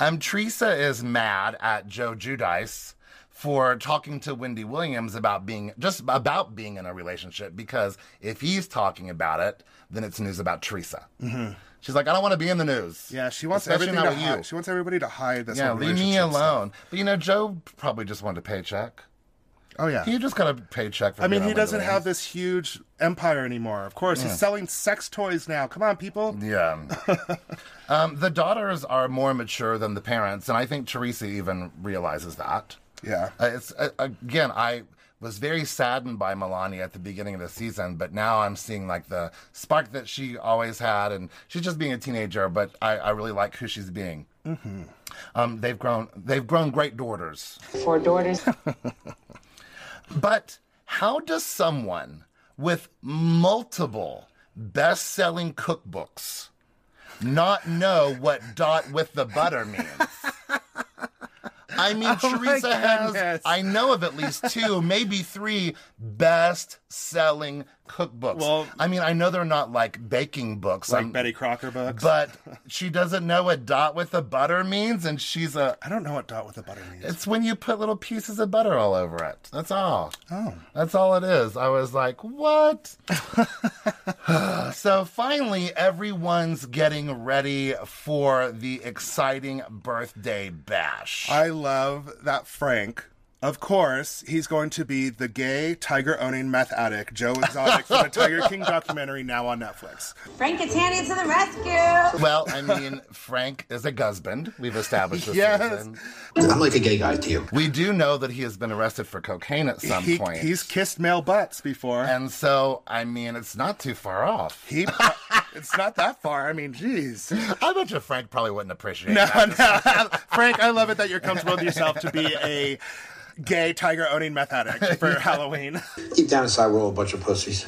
Speaker 2: um, Teresa is mad at Joe Judice for talking to Wendy Williams about being just about being in a relationship because if he's talking about it, then it's news about Teresa. Mm-hmm. She's like, I don't want to be in the news.
Speaker 3: yeah, she wants
Speaker 2: Especially
Speaker 3: everything
Speaker 2: not
Speaker 3: to
Speaker 2: with
Speaker 3: hide.
Speaker 2: you.
Speaker 3: She wants everybody to hide this.
Speaker 2: Yeah,
Speaker 3: whole
Speaker 2: leave me
Speaker 3: relationship
Speaker 2: alone. But you know, Joe probably just wanted a paycheck.
Speaker 3: stuff. Oh yeah.
Speaker 2: He just got a paycheck. From
Speaker 3: I mean,
Speaker 2: being
Speaker 3: he
Speaker 2: on
Speaker 3: doesn't
Speaker 2: Wonder
Speaker 3: have this huge empire anymore. Of course,
Speaker 2: Mm.
Speaker 3: he's selling sex toys now. Come on, people.
Speaker 2: Woman. Yeah. um, the daughters are more mature than the parents, and I think Teresa even realizes that.
Speaker 3: Yeah.
Speaker 2: Uh, it's uh, again, I was very saddened by Melania at the beginning of the season, but now I'm seeing like the spark that she always had, and she's just being a teenager. But I, I really like who she's being. Mm-hmm. Um, they've grown. They've grown great daughters.
Speaker 4: Four daughters.
Speaker 2: But how does someone with multiple best selling cookbooks not know what dot with the butter means? I mean,
Speaker 3: Oh my
Speaker 2: Teresa has,
Speaker 3: goodness.
Speaker 2: I know of at least two, maybe three best selling cookbooks.
Speaker 3: Well-
Speaker 2: I mean, I know they're not like baking books,
Speaker 3: Like
Speaker 2: um,
Speaker 3: Betty Crocker books.
Speaker 2: but she doesn't know what dot with the butter means, and she's a.
Speaker 3: I don't know what dot with the butter means.
Speaker 2: It's when you put little pieces of butter all over it. That's all. Oh. That's all it is. I was like, what? so finally, everyone's getting ready for the exciting birthday bash.
Speaker 3: I love that Frank Of course, he's going to be the gay tiger owning meth addict, Joe Exotic, from the Tiger King documentary now on Netflix.
Speaker 6: Frank Catania to the rescue.
Speaker 2: Well, I mean, Frank is a husband. We've established this.
Speaker 3: Yes.
Speaker 2: season.
Speaker 10: I'm like a gay guy to you.
Speaker 2: We do know that he has been arrested for cocaine at some
Speaker 3: He,
Speaker 2: point.
Speaker 3: he's kissed male butts before.
Speaker 2: and so, I mean, it's not too far off.
Speaker 3: he, uh, it's not that far. I mean, jeez.
Speaker 2: I bet you Frank probably wouldn't appreciate
Speaker 3: No,
Speaker 2: that.
Speaker 3: no. Frank, I love it that you're comfortable with yourself to be a gay tiger owning meth addict for Halloween.
Speaker 10: Deep down inside, we're all a bunch of pussies.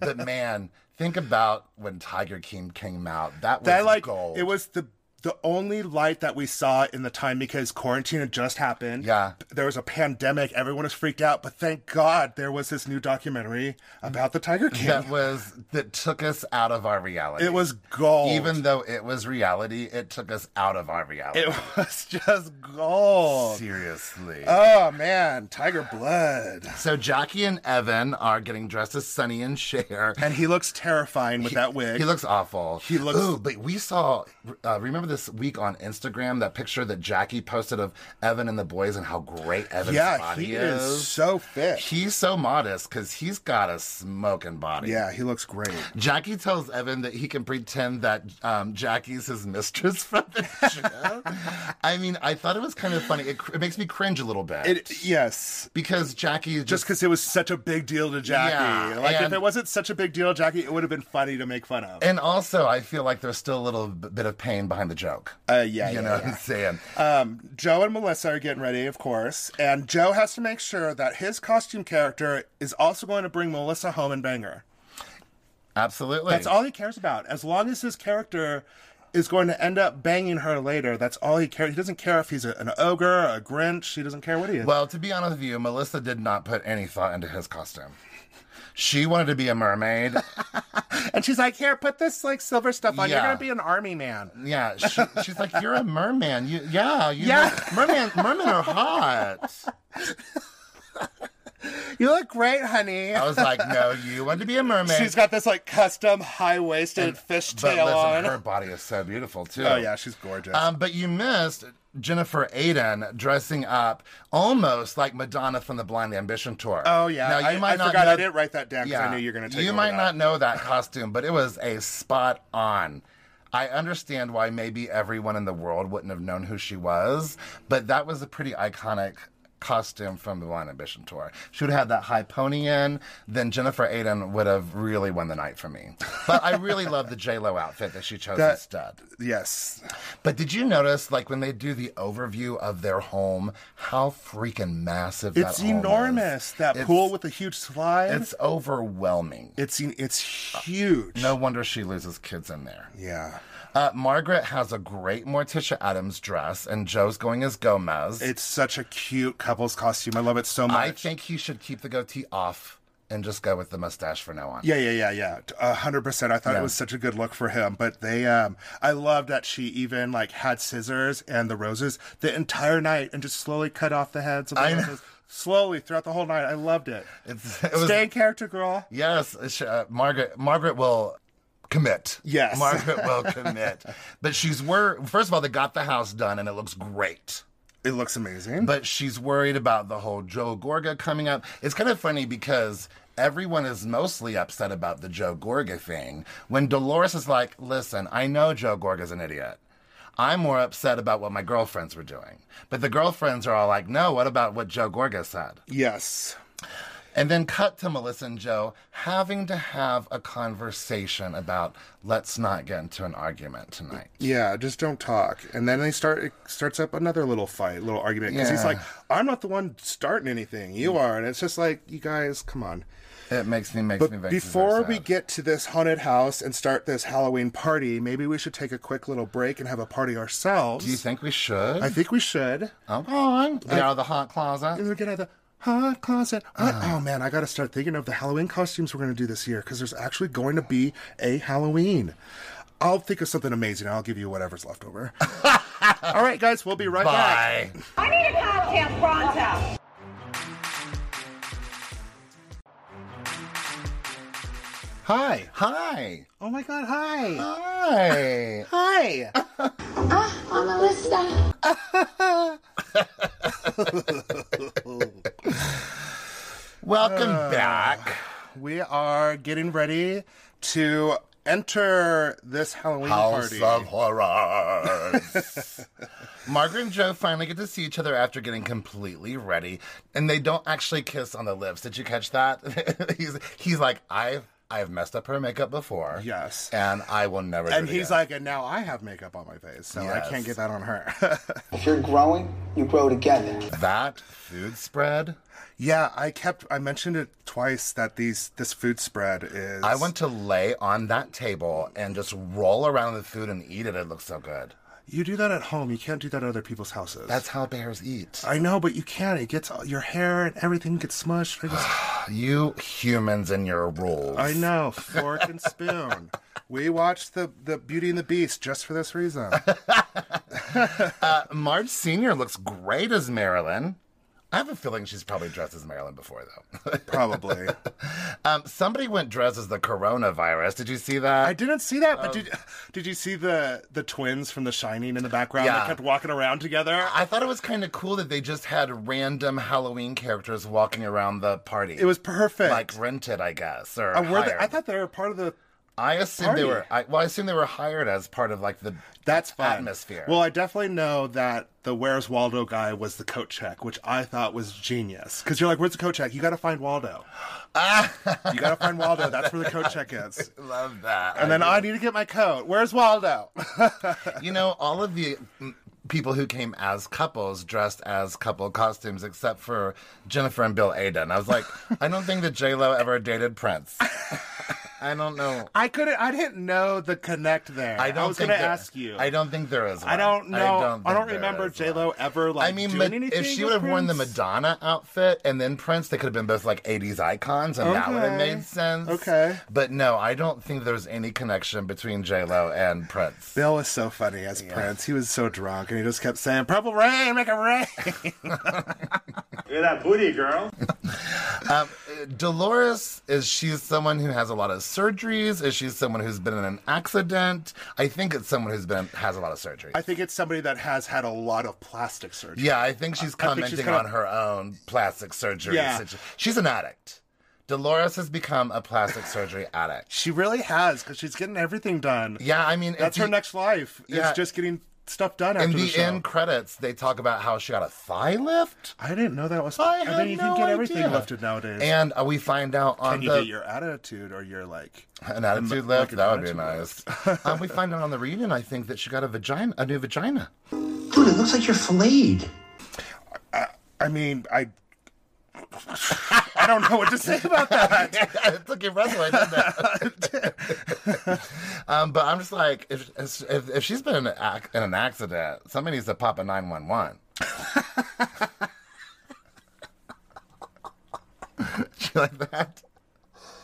Speaker 2: But man, think about when Tiger King came out. That was
Speaker 3: that like
Speaker 2: gold.
Speaker 3: it was the the only light that we saw in the time because quarantine had just happened.
Speaker 2: Yeah.
Speaker 3: There was a pandemic, everyone was freaked out, but thank God there was this new documentary about the Tiger King.
Speaker 2: that was that took us out of our reality.
Speaker 3: it was gold.
Speaker 2: even though it was reality, it took us out of our reality.
Speaker 3: it was just gold.
Speaker 2: Seriously.
Speaker 3: Oh man, Tiger Blood.
Speaker 2: so Jackie and Evan are getting dressed as Sunny and Cher.
Speaker 3: And he looks terrifying with that wig.
Speaker 2: He looks awful. He
Speaker 3: looks-
Speaker 2: Ooh, but we saw. Uh, remember this week on Instagram that picture that Jackie posted of Evan and the boys and how great Evan's
Speaker 3: yeah,
Speaker 2: body
Speaker 3: he is. so fit.
Speaker 2: He's so modest because he's got a smoking body.
Speaker 3: yeah, he looks great.
Speaker 2: Jackie tells Evan that he can pretend that um, Jackie's his mistress from the show. I mean, I thought it was kind of funny. It, cr- it makes me cringe a little bit
Speaker 3: It yes.
Speaker 2: because Jackie just,
Speaker 3: Just because it was such a big deal to Jackie.
Speaker 2: Yeah,
Speaker 3: like if
Speaker 2: and-
Speaker 3: it wasn't such a big deal, to Jackie, it would have been funny to make fun of.
Speaker 2: And also, I feel like there's still a little b- bit of pain behind the joke.
Speaker 3: Uh, yeah,
Speaker 2: you
Speaker 3: yeah, Uh,
Speaker 2: know what I'm saying?
Speaker 3: Joe and Melissa are getting ready, of course, and Joe has to make sure that his costume character is also going to bring Melissa home and bang her.
Speaker 2: Absolutely.
Speaker 3: That's all he cares about. As long as his character is going to end up banging her later, that's all he cares. He doesn't care if he's a, an ogre, a Grinch. He doesn't care what he is.
Speaker 2: Well, to be honest with you, Melissa did not put any thought into his costume. She wanted to be a mermaid.
Speaker 3: and she's like, "Here, put this like silver stuff on. You're
Speaker 2: Yeah.
Speaker 3: going to be an army man."
Speaker 2: Yeah, she, she's like, you're a merman. You, yeah, you
Speaker 3: Yeah.
Speaker 2: merman. Mermen are hot.
Speaker 3: You look great, honey.
Speaker 2: I was like, no, you want to be a mermaid.
Speaker 3: She's got this like custom high waisted
Speaker 2: but
Speaker 3: fishtail
Speaker 2: listen,
Speaker 3: on.
Speaker 2: her body is so beautiful too.
Speaker 3: Oh yeah, she's gorgeous.
Speaker 2: Um, but you missed Jennifer Aiden dressing up almost like Madonna from the Blind Ambition tour.
Speaker 3: oh yeah,
Speaker 2: Now, you
Speaker 3: I,
Speaker 2: might
Speaker 3: I
Speaker 2: not
Speaker 3: forgot
Speaker 2: know-
Speaker 3: I didn't write that down because I knew you were going to take.
Speaker 2: You
Speaker 3: over
Speaker 2: might
Speaker 3: that.
Speaker 2: not know that costume, but it was a spot on. I understand why maybe everyone in the world wouldn't have known who she was, but that was a pretty iconic costume from the Blind Ambition tour. She would have had that high pony in, then Jennifer Aiden would have really won the night for me. But I really love the J Lo outfit that she chose
Speaker 3: That-
Speaker 2: instead.
Speaker 3: Yes.
Speaker 2: But did you notice, like when they do the overview of their home, how freaking massive that
Speaker 3: It's
Speaker 2: home is?
Speaker 3: enormous. That
Speaker 2: It's-
Speaker 3: pool with the huge slide. It's
Speaker 2: It's overwhelming.
Speaker 3: it's en- it's huge.
Speaker 2: No wonder she loses kids in there.
Speaker 3: Yeah.
Speaker 2: Uh, Margaret has a great Morticia Adams dress, and Joe's going as Gomez.
Speaker 3: It's such a cute couple's costume. I love it so much.
Speaker 2: I think he should keep the goatee off and just go with the mustache for now on.
Speaker 3: Yeah, yeah, yeah, yeah. A hundred percent. I thought
Speaker 2: Yeah.
Speaker 3: it was such a good look for him. But they, um, I love that she even like had scissors and the roses the entire night and just slowly cut off the heads of the
Speaker 2: I know.
Speaker 3: roses slowly throughout the whole night. I loved it.
Speaker 2: It's, it was,
Speaker 3: Stay in character, girl.
Speaker 2: Yes, sh- uh, Margaret. Margaret will commit.
Speaker 3: Yes.
Speaker 2: Margaret will commit. But she's wor- First of all, they got the house done, and it looks great.
Speaker 3: It looks amazing.
Speaker 2: but she's worried about the whole Joe Gorga coming up. It's kind of funny because everyone is mostly upset about the Joe Gorga thing. When Dolores is like, listen, I know Joe Gorga's an idiot. I'm more upset about what my girlfriends were doing. But the girlfriends are all like, no, what about what Joe Gorga said?
Speaker 3: yes.
Speaker 2: And then cut to Melissa and Joe having to have a conversation about let's not get into an argument tonight.
Speaker 3: Yeah, just don't talk. And then they start it starts up another little fight, little argument because he's
Speaker 2: Yeah.
Speaker 3: like, "I'm not the one starting anything. You are." And it's just like, "You guys, come on."
Speaker 2: It makes me makes me
Speaker 3: But
Speaker 2: very
Speaker 3: before
Speaker 2: sad.
Speaker 3: we get to this haunted house and start this Halloween party, maybe we should take a quick little break and have a party ourselves.
Speaker 2: do you think we should?
Speaker 3: I think we should.
Speaker 2: I'm on. Get out of the hot
Speaker 3: And
Speaker 2: closet.
Speaker 3: we get out of the hot closet. What?
Speaker 2: Ah.
Speaker 3: oh man, I got to start thinking of the Halloween costumes we're going to do this year because there's actually going to be a Halloween. I'll think of something amazing. I'll give you whatever's left over. All right, guys, we'll be right back.
Speaker 2: Bye.
Speaker 6: I need a cocktail pronto.
Speaker 3: Hi.
Speaker 2: Hi.
Speaker 3: Oh my God. Hi.
Speaker 2: Hi.
Speaker 3: Hi.
Speaker 6: uh.
Speaker 7: Ah, I'm Melissa.
Speaker 2: Welcome
Speaker 3: Uh,
Speaker 2: back.
Speaker 3: We are getting ready to enter this Halloween
Speaker 2: House
Speaker 3: party.
Speaker 2: of Horrors. Margaret and Joe finally get to see each other after getting completely ready, and they don't actually kiss on the lips. Did you catch that? he's he's like, I've I've messed up her makeup before.
Speaker 3: Yes.
Speaker 2: and I will never.
Speaker 3: and
Speaker 2: do it
Speaker 3: he's
Speaker 2: again."
Speaker 3: like, and now I have makeup on my face, so I
Speaker 2: Yes.
Speaker 3: can't get that on her.
Speaker 5: If you're growing, you grow together.
Speaker 2: that food spread.
Speaker 3: yeah, I kept. I mentioned it twice that these this food spread is.
Speaker 2: I want to lay on that table and just roll around the food and eat it. It looks so good.
Speaker 3: You do that at home. You can't do that at other people's houses.
Speaker 2: That's how bears eat.
Speaker 3: I know, but you can't. It gets all- your hair and everything gets smushed. I, just-
Speaker 2: You humans and your rules.
Speaker 3: I know. Fork and spoon. We watched the the Beauty and the Beast just for this reason.
Speaker 2: Marge Sr. looks great as Marilyn. I have a feeling she's probably dressed as Marilyn before, though.
Speaker 3: Probably.
Speaker 2: um, somebody went dressed as the coronavirus. Did you see
Speaker 3: I
Speaker 2: that?
Speaker 3: didn't see that, but
Speaker 2: Um,
Speaker 3: did did you see the the twins from The Shining in the background?
Speaker 2: Yeah.
Speaker 3: that kept walking around together.
Speaker 2: I thought it was kind of cool that they just had random Halloween characters walking around the party.
Speaker 3: It was perfect.
Speaker 2: like rented, I guess, or
Speaker 3: Uh, were they- I
Speaker 2: hired.
Speaker 3: thought they were part of the.
Speaker 2: I assumed
Speaker 3: party.
Speaker 2: they were. I, well, I assumed they were hired as part of like the
Speaker 3: That's fun.
Speaker 2: atmosphere.
Speaker 3: Well, I definitely know that the Where's Waldo guy was the coat check, which I thought was genius. Because you're like, where's the coat check? You got to find Waldo. you got to find Waldo. That's where the coat check is.
Speaker 2: love that.
Speaker 3: And then I need to get my coat. Where's Waldo?
Speaker 2: you know, all of the mm, people who came as couples dressed as couple costumes, except for Jennifer and Bill Aden. I was like, I don't think that J Lo ever dated Prince. I don't know.
Speaker 3: I couldn't. I didn't know the connect there.
Speaker 2: I don't.
Speaker 3: was
Speaker 2: think
Speaker 3: gonna
Speaker 2: there-
Speaker 3: ask you.
Speaker 2: I don't think there is.
Speaker 3: I don't
Speaker 2: one.
Speaker 3: know. I don't,
Speaker 2: think there
Speaker 3: remember
Speaker 2: is
Speaker 3: J Lo
Speaker 2: one.
Speaker 3: ever like.
Speaker 2: I mean,
Speaker 3: doing
Speaker 2: Ma-
Speaker 3: anything
Speaker 2: if she
Speaker 3: with
Speaker 2: would have worn the
Speaker 3: Prince?
Speaker 2: Madonna outfit and then Prince, they could have been both like 80s icons, and that would have
Speaker 3: Okay.
Speaker 2: made sense.
Speaker 3: Okay.
Speaker 2: But no, I don't think there's any connection between J-Lo and Prince.
Speaker 3: Bill was so funny as Prince. He was so drunk, and he just kept saying, "Purple rain, make it rain."
Speaker 5: Look at that booty, girl.
Speaker 2: Dolores is she's someone who has a lot of surgeries? Is she someone who's been in an accident? I think it's someone who's been has a lot of surgery.
Speaker 3: I think it's somebody that has had a lot of plastic surgery.
Speaker 2: yeah, I think she's
Speaker 3: I think
Speaker 2: commenting
Speaker 3: she's
Speaker 2: on
Speaker 3: kind of-
Speaker 2: her own plastic surgery.
Speaker 3: Yeah.
Speaker 2: situ- She's an addict. Dolores has become a plastic surgery addict.
Speaker 3: She really has because she's getting everything done.
Speaker 2: Yeah, I mean,
Speaker 3: That's
Speaker 2: in
Speaker 3: her
Speaker 2: the-
Speaker 3: next life.
Speaker 2: Yeah.
Speaker 3: It's just getting stuff done after
Speaker 2: In
Speaker 3: the,
Speaker 2: the,
Speaker 3: show.
Speaker 2: end credits, they talk about how she got a thigh lift.
Speaker 3: I didn't know that was.
Speaker 2: I,
Speaker 3: I,
Speaker 2: had
Speaker 3: mean, you
Speaker 2: no
Speaker 3: can get everything
Speaker 2: idea.
Speaker 3: lifted nowadays.
Speaker 2: And uh, we find out on
Speaker 3: Can you
Speaker 2: the
Speaker 3: get your attitude or your like?
Speaker 2: an attitude
Speaker 3: like
Speaker 2: lift.
Speaker 3: an
Speaker 2: that would be nice.
Speaker 3: attitude
Speaker 2: um, we find out on the reunion. I think that she got a vagina, a new vagina.
Speaker 10: Dude, it looks like you're filleted.
Speaker 3: I mean, I. I don't know what to say about that.
Speaker 2: it took your breath away, didn't it? um, but I'm just like, if if, if she's been in an, ac- in an accident, somebody needs to pop a 911. She like that?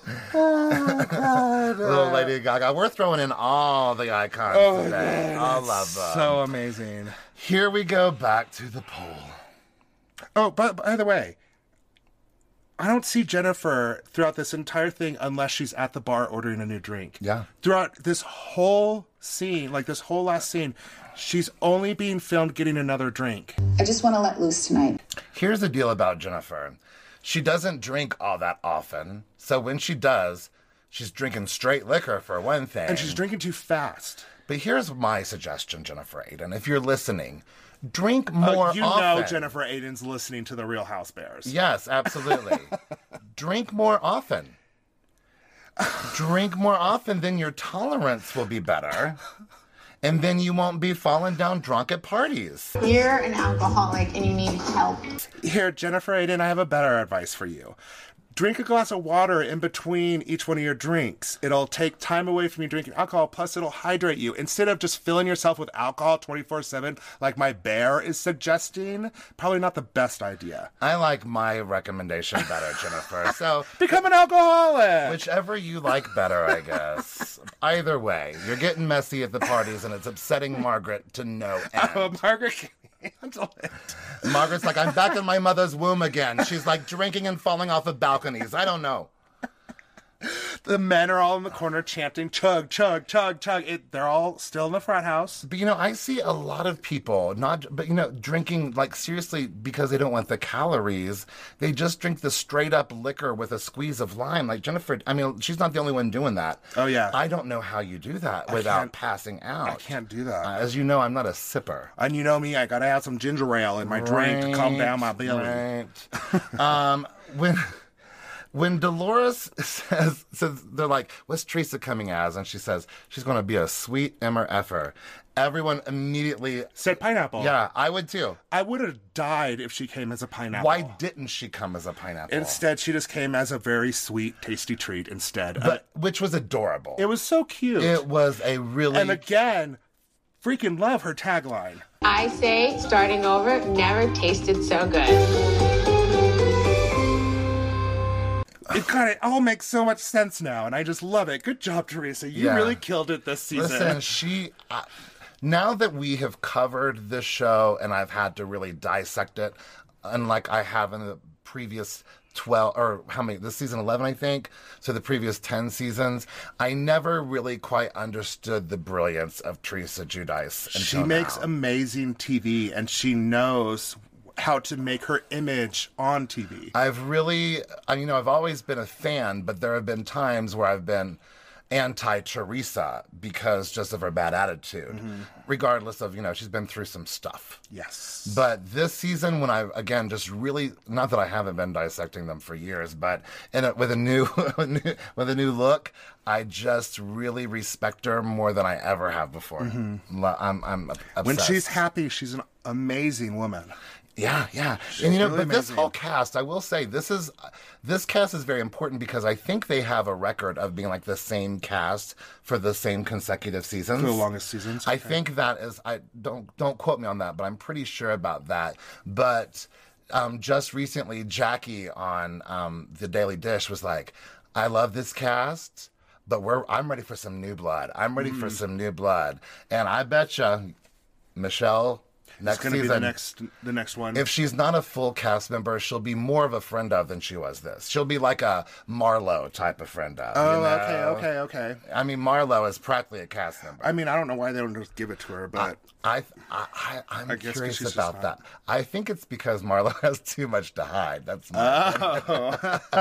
Speaker 2: Little Lady Gaga. We're throwing in all the icons today. All of them.
Speaker 3: So amazing.
Speaker 2: Here we go back to the poll.
Speaker 3: Oh, but by the way, I don't see Jennifer throughout this entire thing unless she's at the bar ordering a new drink.
Speaker 2: Yeah.
Speaker 3: Throughout this whole scene, like this whole last scene, she's only being filmed getting another drink.
Speaker 4: I just want to let loose tonight.
Speaker 2: Here's the deal about Jennifer. She doesn't drink all that often. So when she does, she's drinking straight liquor for one thing.
Speaker 3: And she's drinking too fast.
Speaker 2: But here's my suggestion, Jennifer Aiden, if you're listening, drink more
Speaker 3: Uh, you
Speaker 2: often.
Speaker 3: know Jennifer Aiden's listening to the Real House Bears.
Speaker 2: Yes, absolutely. drink more often. drink more often, then your tolerance will be better. And then you won't be falling down drunk at parties.
Speaker 6: You're an alcoholic and you need help.
Speaker 3: Here, Jennifer Aiden, I have a better advice for you. Drink a glass of water in between each one of your drinks. It'll take time away from you drinking alcohol, plus it'll hydrate you. Instead of just filling yourself with alcohol 24 7, like my bear is suggesting, probably not the best idea.
Speaker 2: I like my recommendation better, Jennifer. So
Speaker 3: Become an alcoholic!
Speaker 2: Whichever you like better, I guess. Either way, you're getting messy at the parties, and it's upsetting Margaret to no end.
Speaker 3: But Margaret can handle it.
Speaker 2: Margaret's like, I'm back in my mother's womb again. She's like drinking and falling off of balconies. I don't know.
Speaker 3: The men are all in the corner chanting chug, chug, chug, chug. It, they're all still in the front house.
Speaker 2: But you know, I see a lot of people not, but you know, drinking like seriously because they don't want the calories. They just drink the straight up liquor with a squeeze of lime. Like Jennifer, I mean, she's not the only one doing that.
Speaker 3: Oh, yeah.
Speaker 2: I don't know how you do that
Speaker 3: can't-
Speaker 2: without passing out.
Speaker 3: I can't do that.
Speaker 2: Uh, as you know, I'm not a sipper.
Speaker 3: and you know me, I gotta add some ginger ale in my drink to calm down my belly.
Speaker 2: Right. um, when when Dolores says, says they're like, "What's Teresa coming as?" and she says she's going to be a sweet emmer effer. Everyone immediately,
Speaker 3: Said pineapple.
Speaker 2: yeah, I would too.
Speaker 3: I would have died if she came as a pineapple.
Speaker 2: Why didn't she come as a pineapple?
Speaker 3: Instead, she just came as a very sweet, tasty treat instead. Uh,
Speaker 2: but which was adorable.
Speaker 3: it was so cute.
Speaker 2: It was a really
Speaker 3: and again, freaking love her tagline.
Speaker 4: I say starting over never tasted so good.
Speaker 3: It kind of all makes so much sense now, and I just love it. Good job, Teresa. You
Speaker 2: Yeah.
Speaker 3: really killed it this season.
Speaker 2: Listen, she. I, now that we have covered this show and I've had to really dissect it, unlike I have in the previous 12 or how many, this season 11, I think, so the previous 10 seasons, I never really quite understood the brilliance of Teresa Judice.
Speaker 3: she
Speaker 2: until
Speaker 3: makes
Speaker 2: now.
Speaker 3: amazing TV, and she knows how to make her image on TV.
Speaker 2: I've really, I, you know, I've always been a fan, but there have been times where I've been anti Teresa because just of her bad attitude,
Speaker 3: Mm-hmm.
Speaker 2: regardless of, you know, she's been through some stuff.
Speaker 3: yes.
Speaker 2: But this season, when I again just really not that I haven't been dissecting them for years, but in a, with a new with a new look, I just really respect her more than I ever have before. Lo- I'm I'm obsessed.
Speaker 3: Mm-hmm. when she's happy, she's an amazing woman.
Speaker 2: yeah yeah, and you know,
Speaker 3: really
Speaker 2: but this
Speaker 3: amazing.
Speaker 2: whole cast, I will say this is this cast is very important because I think they have a record of being like the same cast for the same consecutive seasons
Speaker 3: For the longest seasons.
Speaker 2: I think that is I don't don't quote me on that, but I'm pretty sure about that. But um, just recently, Jackie on um, the Daily Dish was like, "I love this cast, but we're I'm ready for some new blood. I'm ready
Speaker 3: Mm.
Speaker 2: for some new blood." And I bet you, Michelle,
Speaker 3: It's
Speaker 2: next
Speaker 3: going to
Speaker 2: season,
Speaker 3: be the next, the next one.
Speaker 2: if she's not a full cast member, she'll be more of a friend of than she was this. She'll be like a Marlowe type of friend of.
Speaker 3: oh, okay, okay, okay.
Speaker 2: I mean, Marlowe is practically a cast member.
Speaker 3: I mean, I don't know why they don't just give it to her, but
Speaker 2: I, I, I I'm
Speaker 3: guess 'cause
Speaker 2: curious
Speaker 3: she's just
Speaker 2: about that.
Speaker 3: hot.
Speaker 2: I think it's because Marlo has too much to hide. That's my
Speaker 3: Oh.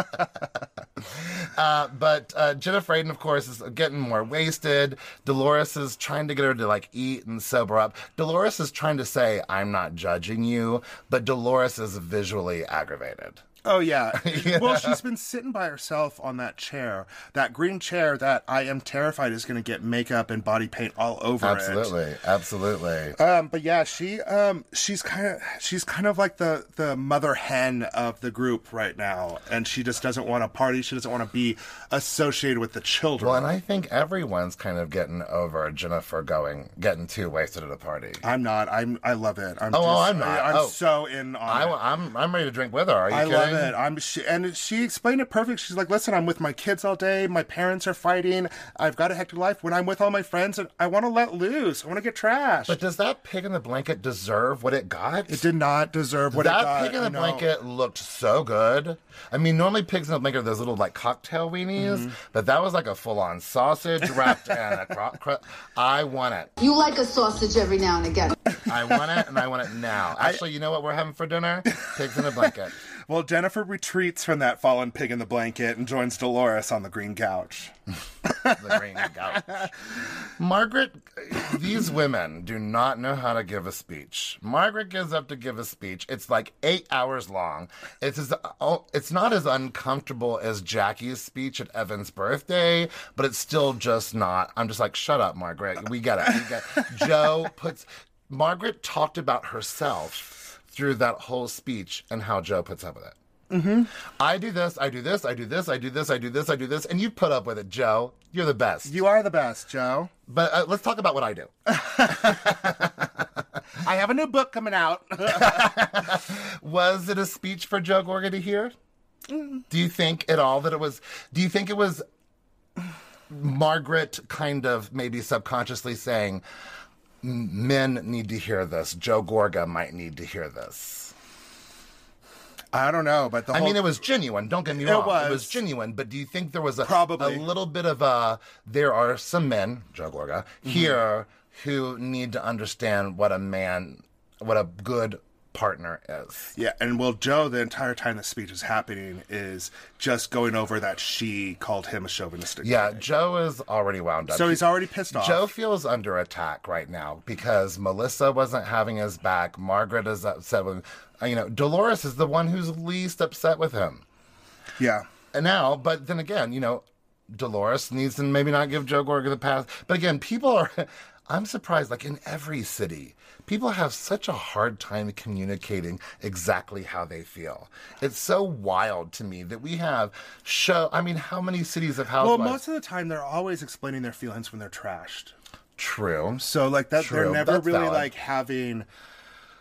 Speaker 2: uh, but uh, Jennifer Aiden, of course, is getting more wasted. Dolores is trying to get her to like eat and sober up. Dolores is trying to say, "I'm not judging you," but Dolores is visually aggravated.
Speaker 3: oh yeah. Well, she's been sitting by herself on that chair, that green chair that I am terrified is going to get makeup and body paint all over it.
Speaker 2: Absolutely, absolutely.
Speaker 3: Um, but yeah, she um, she's kind of she's kind of like the the mother hen of the group right now, and she just doesn't want to party. She doesn't want to be associated with the children.
Speaker 2: well, and I think everyone's kind of getting over Jennifer going, getting too wasted at a party.
Speaker 3: I'm not. I'm. I love it. I'm
Speaker 2: Oh,
Speaker 3: just,
Speaker 2: oh, I'm not.
Speaker 3: I, am
Speaker 2: Oh.
Speaker 3: so in on. it.
Speaker 2: I, am I'm ready to drink with her. Are you
Speaker 3: I
Speaker 2: kidding?
Speaker 3: love it. I'm she, and she explained it perfect. She's like, "Listen, I'm with my kids all day. My parents are fighting. I've got a hectic life. When I'm with all my friends, and I want to let loose. I want to get trashed."
Speaker 2: But does that pig in the blanket deserve what it got?
Speaker 3: it did not deserve what
Speaker 2: that
Speaker 3: it got.
Speaker 2: pig in
Speaker 3: I
Speaker 2: the
Speaker 3: know.
Speaker 2: blanket looked so good. I mean, normally pigs in the blanket are those little like cocktail weenies,
Speaker 3: Mm-hmm.
Speaker 2: but that was like a full-on sausage wrapped in a crop. Cr- I want it.
Speaker 4: You like a sausage every now and again.
Speaker 2: I want it, and I want it now. Actually, you know what we're having for dinner? Pigs in a blanket.
Speaker 3: Well, Jennifer retreats from that fallen pig in the blanket and joins Dolores on the green couch.
Speaker 2: the green couch. Margaret, these women do not know how to give a speech. Margaret gives up to give a speech. It's like eight hours long. It's as, oh, it's not as uncomfortable as Jackie's speech at Evan's birthday, but it's still just not. I'm just like, shut up, Margaret. We get it. We get it. Joe puts. Margaret talked about herself through that whole speech and how Joe puts up with it. I do this, I do this, I do this, I do this, I do this, I do this, and you put up with it, Joe. You're the best.
Speaker 3: You are the best, Joe.
Speaker 2: But uh, let's talk about what I do.
Speaker 3: I have a new book coming out.
Speaker 2: Was it a speech for Joe Gorga to hear?
Speaker 3: Mm.
Speaker 2: Do you think at all that it was? Do you think it was Margaret kind of maybe subconsciously saying, "M- "Men need to hear this. Joe Gorga might need to hear this."
Speaker 3: I don't know, but the
Speaker 2: I
Speaker 3: whole
Speaker 2: mean, it was genuine. Don't get me
Speaker 3: It
Speaker 2: wrong.
Speaker 3: was.
Speaker 2: genuine. But do you think there was a
Speaker 3: Probably.
Speaker 2: a little bit of a? There are some men, Joe Gorga,
Speaker 3: Mm-hmm.
Speaker 2: here who need to understand what a man, what a good partner is.
Speaker 3: Yeah, and well, Joe, the entire time the speech is happening, is just going over that she called him a chauvinistic.
Speaker 2: Yeah, Joe is already wound up.
Speaker 3: So he's
Speaker 2: He-
Speaker 3: already pissed off.
Speaker 2: Joe feels under attack right now because Melissa wasn't having his back. Margaret is upset with, uh, you know, Dolores is the one who's least upset with him.
Speaker 3: Yeah.
Speaker 2: And now, but then again, you know, Dolores needs to maybe not give Joe Gorga the pass. But again, people are, I'm surprised, like in every city, people have such a hard time communicating exactly how they feel. It's so wild to me that we have show, I mean, how many cities have
Speaker 3: Well,
Speaker 2: housewives?
Speaker 3: most of the time they're always explaining their feelings when they're trashed.
Speaker 2: True.
Speaker 3: So like that,
Speaker 2: True.
Speaker 3: they're never
Speaker 2: That's
Speaker 3: really
Speaker 2: valid.
Speaker 3: like having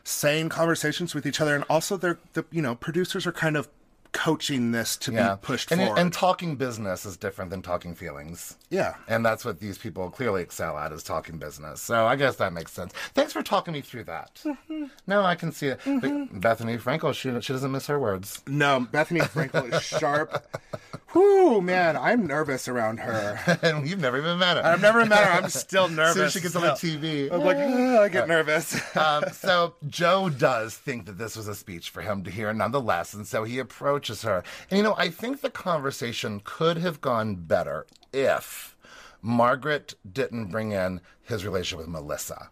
Speaker 3: sane conversations with each other, and also they're the you know producers are kind of coaching this to
Speaker 2: Yeah.
Speaker 3: be pushed
Speaker 2: and,
Speaker 3: forward.
Speaker 2: and talking business is different than talking feelings.
Speaker 3: yeah,
Speaker 2: And that's what these people clearly excel at is talking business. So I guess that makes sense. Thanks for talking me through that.
Speaker 3: Mm-hmm.
Speaker 2: No, I can see it. But Bethany Frankel, she, she doesn't miss her words.
Speaker 3: no, Bethany Frankel is sharp. Whew, man, I'm nervous around her.
Speaker 2: and you've never even met her.
Speaker 3: I've never met her. I'm still nervous.
Speaker 2: Soon as she gets on the TV.
Speaker 3: I'm like, "Ah," I get nervous.
Speaker 2: um, so Joe does think that this was a speech for him to hear nonetheless, and so he approaches her. And you know, I think the conversation could have gone better if Margaret didn't bring in his relationship with Melissa.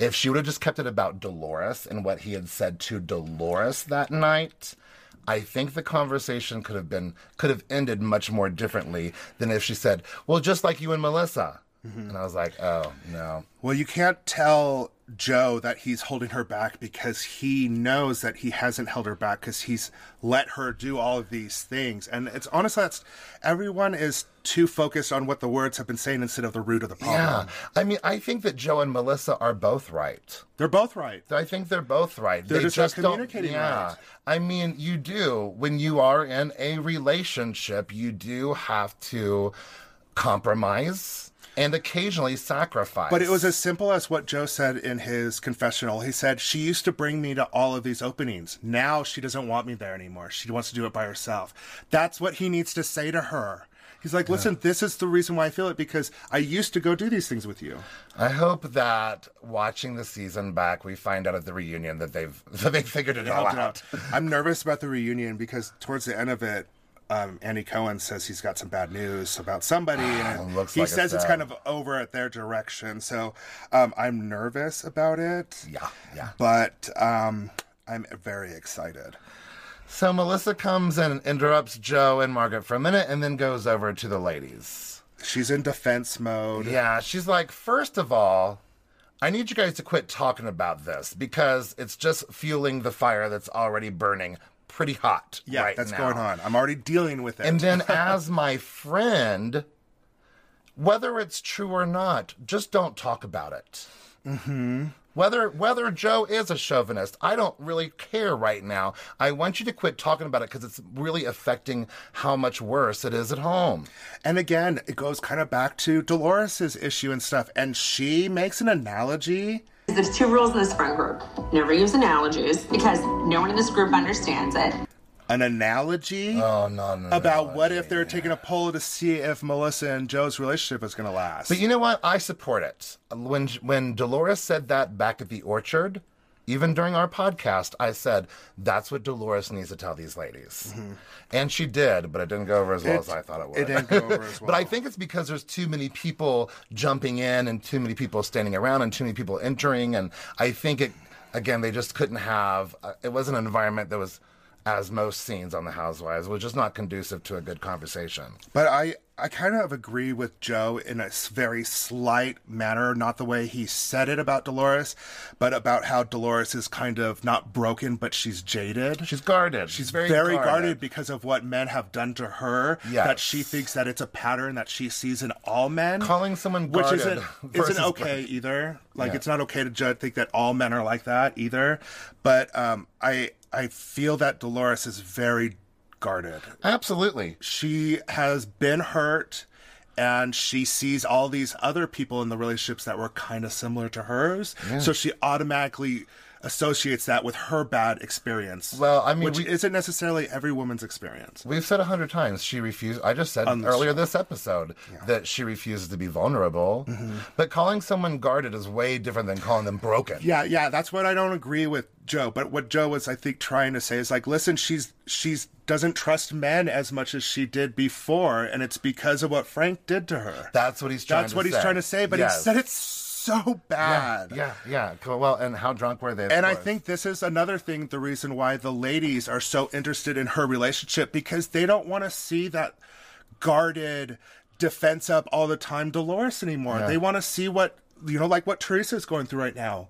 Speaker 2: If she would have just kept it about Dolores and what he had said to Dolores that night, I think the conversation could have been could have ended much more differently than if she said, "Well, just like you and Melissa." And I was like, "Oh no."
Speaker 3: Well, you can't tell Joe that he's holding her back because he knows that he hasn't held her back because he's let her do all of these things. And it's honestly, that's everyone is too focused on what the words have been saying instead of the root of the problem.
Speaker 2: Yeah. I mean, I think that Joe and Melissa are both right.
Speaker 3: They're both right.
Speaker 2: I think they're both right.
Speaker 3: They're
Speaker 2: they
Speaker 3: just not
Speaker 2: don't-
Speaker 3: communicating
Speaker 2: yeah.
Speaker 3: right.
Speaker 2: I mean, you do when you are in a relationship, you do have to compromise and occasionally sacrifice.
Speaker 3: But it was as simple as what Joe said in his confessional. He said, She used to bring me to all of these openings. Now she doesn't want me there anymore. She wants to do it by herself. That's what he needs to say to her. He's like, Listen, this is the reason why I feel it because I used to go do these things with you.
Speaker 2: I hope that watching the season back, we find out at the reunion that they've that they figured it all
Speaker 3: Helped it
Speaker 2: out.
Speaker 3: out. I'm nervous about the reunion because towards the end of it, um, Andy Cohen says he's got some bad news about somebody, and
Speaker 2: Looks
Speaker 3: he
Speaker 2: like it's
Speaker 3: says it's
Speaker 2: them.
Speaker 3: kind of over at their direction. So um, I'm nervous about it.
Speaker 2: Yeah, yeah.
Speaker 3: but um, I'm very excited.
Speaker 2: So Melissa comes in and interrupts Joe and Margaret for a minute, and then goes over to the ladies.
Speaker 3: She's in defense mode.
Speaker 2: Yeah, she's like, first of all, I need you guys to quit talking about this because it's just fueling the fire that's already burning pretty hot.
Speaker 3: Yeah,
Speaker 2: right
Speaker 3: that's
Speaker 2: now.
Speaker 3: going on. I'm already dealing with it.
Speaker 2: And then, as my friend, whether it's true or not, just don't talk about it. Mm-hmm. Whether whether Joe is a chauvinist, I don't really care right now. I want you to quit talking about it because it's really affecting how much worse it is at home.
Speaker 3: And again, it goes kind of back to Dolores's issue and stuff. And she makes an analogy.
Speaker 4: There's two rules in this friend group never use analogies because no one in this group understands it.
Speaker 3: An analogy
Speaker 2: Oh no, no, no,
Speaker 3: about
Speaker 2: no.
Speaker 3: what if they're taking a poll to see if Melissa and Joe's relationship is going to last.
Speaker 2: But you know what? I support it. When when Dolores said that back at the orchard, even during our podcast, I said that's what Dolores needs to tell these ladies, and she did. But it didn't go over as well as I thought it would.
Speaker 3: Mm-hmm. it didn't go over as well.
Speaker 2: but I think it's because there's too many people jumping in, and too many people standing around, and too many people entering, and I think it. Again, they just couldn't have. Uh, it was an environment that was, as most scenes on The Housewives, was just not conducive to a good conversation.
Speaker 3: But I, I kind of agree with Joe in a s- very slight manner, not the way he said it about Dolores, but about how Dolores is kind of not broken, but she's jaded.
Speaker 2: She's guarded.
Speaker 3: She's very, guarded. because of what men have done to her.
Speaker 2: Yes.
Speaker 3: That she thinks that it's a pattern that she sees in all men.
Speaker 2: Calling someone
Speaker 3: which
Speaker 2: guarded
Speaker 3: isn't
Speaker 2: versus
Speaker 3: isn't okay
Speaker 2: guarded.
Speaker 3: either. Like
Speaker 2: Yeah.
Speaker 3: it's not okay to judge think that all men are like that either. But um, I I feel that Dolores is very guarded.
Speaker 2: Absolutely.
Speaker 3: She has been hurt. And she sees all these other people in the relationships that were kind of similar to hers. So she automatically associates that with her bad experience.
Speaker 2: Well, I mean,
Speaker 3: which
Speaker 2: we-
Speaker 3: isn't necessarily every woman's experience.
Speaker 2: We've said a hundred times she refused. I just said
Speaker 3: On this
Speaker 2: earlier this episode that she refuses to be vulnerable.
Speaker 3: Mm-hmm.
Speaker 2: But calling someone guarded is way different than calling them broken.
Speaker 3: Yeah, yeah, that's what I don't agree with Joe. But what Joe was, I think, trying to say is like, listen, she's she's doesn't trust men as much as she did before, and it's because of what Frank did to her.
Speaker 2: That's what he's trying
Speaker 3: That's
Speaker 2: to
Speaker 3: what
Speaker 2: say.
Speaker 3: he's trying to say, but he
Speaker 2: Yes.
Speaker 3: said it so bad.
Speaker 2: Yeah, yeah. Cool. Well, and how drunk were they? of
Speaker 3: And I
Speaker 2: course?
Speaker 3: think this is another thing the reason why the ladies are so interested in her relationship because they don't want to see that guarded defense up all the time Dolores anymore. They want to see what, you know, like what Teresa's going through right now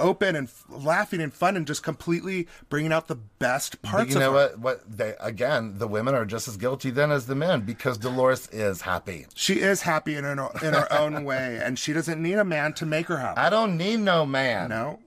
Speaker 3: open and f- laughing and fun and just completely bringing out the best parts
Speaker 2: But you know
Speaker 3: of her.
Speaker 2: what? What they again? The women are just as guilty then as the men because Dolores is happy.
Speaker 3: She is happy in her, in her own way and she doesn't need a man to make her happy.
Speaker 2: I don't need no man.
Speaker 3: No.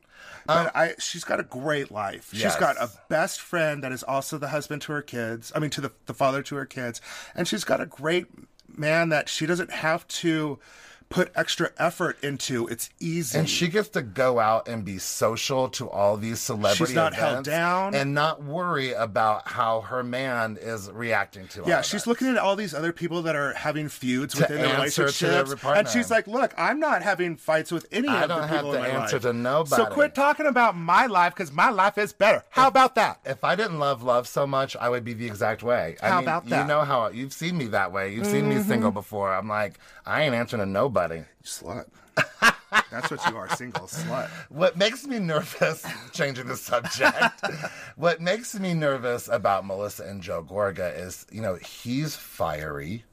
Speaker 3: But I, she's got a great life.
Speaker 2: Um, Yes.
Speaker 3: She's got a best friend that is also the husband to her kids. I mean, to the, the father to her kids. And she's got a great man that she doesn't have to put extra effort into. It's easy.
Speaker 2: And she gets to go out and be social to all these celebrity
Speaker 3: She's not held
Speaker 2: events
Speaker 3: down.
Speaker 2: and not worry about how her man is reacting to. all
Speaker 3: yeah,
Speaker 2: of
Speaker 3: she's
Speaker 2: it.
Speaker 3: looking at all these other people that are having feuds
Speaker 2: To
Speaker 3: within their
Speaker 2: answer to their
Speaker 3: relationships,
Speaker 2: partner.
Speaker 3: and she's like, "Look, I'm not having fights with any
Speaker 2: I
Speaker 3: of
Speaker 2: don't
Speaker 3: the
Speaker 2: have
Speaker 3: people
Speaker 2: to
Speaker 3: in my
Speaker 2: answer
Speaker 3: life.
Speaker 2: to nobody."
Speaker 3: So quit talking about my life because my life is better. How about that?
Speaker 2: If I didn't love love so much, I would be the exact way. I
Speaker 3: How
Speaker 2: mean,
Speaker 3: about
Speaker 2: You
Speaker 3: that? Mm-hmm.
Speaker 2: know how you've seen me that way. You've seen me single before. I'm like, I ain't answering to nobody.
Speaker 3: Slut. That's what you are, single slut.
Speaker 2: What makes me nervous, changing the subject, what makes me nervous about Melissa and Joe Gorga is, you know, he's fiery,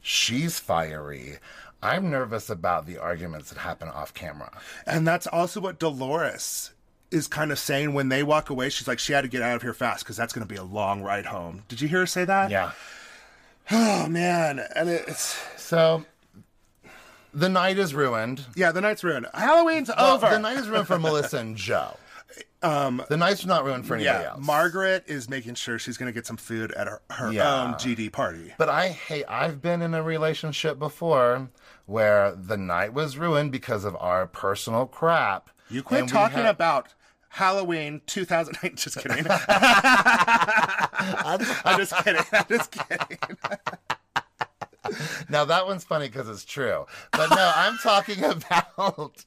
Speaker 2: she's fiery. I'm nervous about the arguments that happen off camera.
Speaker 3: And that's also what Dolores is kind of saying when they walk away. She's like, she had to get out of here fast because that's going to be a long ride home. Did you hear her say that?
Speaker 2: Yeah.
Speaker 3: Oh, man. And it's,
Speaker 2: So the night is ruined.
Speaker 3: yeah, the night's ruined. Halloween's
Speaker 2: Well,
Speaker 3: over.
Speaker 2: The night is ruined for Melissa and Joe. Um, the night's not ruined for anybody
Speaker 3: yeah.
Speaker 2: else.
Speaker 3: Margaret is making sure she's going to get some food at her, her
Speaker 2: Yeah.
Speaker 3: own GD party.
Speaker 2: But I hate, I've been in a relationship before where the night was ruined because of our personal crap.
Speaker 3: You quit
Speaker 2: And we
Speaker 3: talking
Speaker 2: had-
Speaker 3: about Halloween 2009. Just kidding. I'm just kidding. I'm just kidding.
Speaker 2: Now that one's funny because it's true. But no, I'm talking about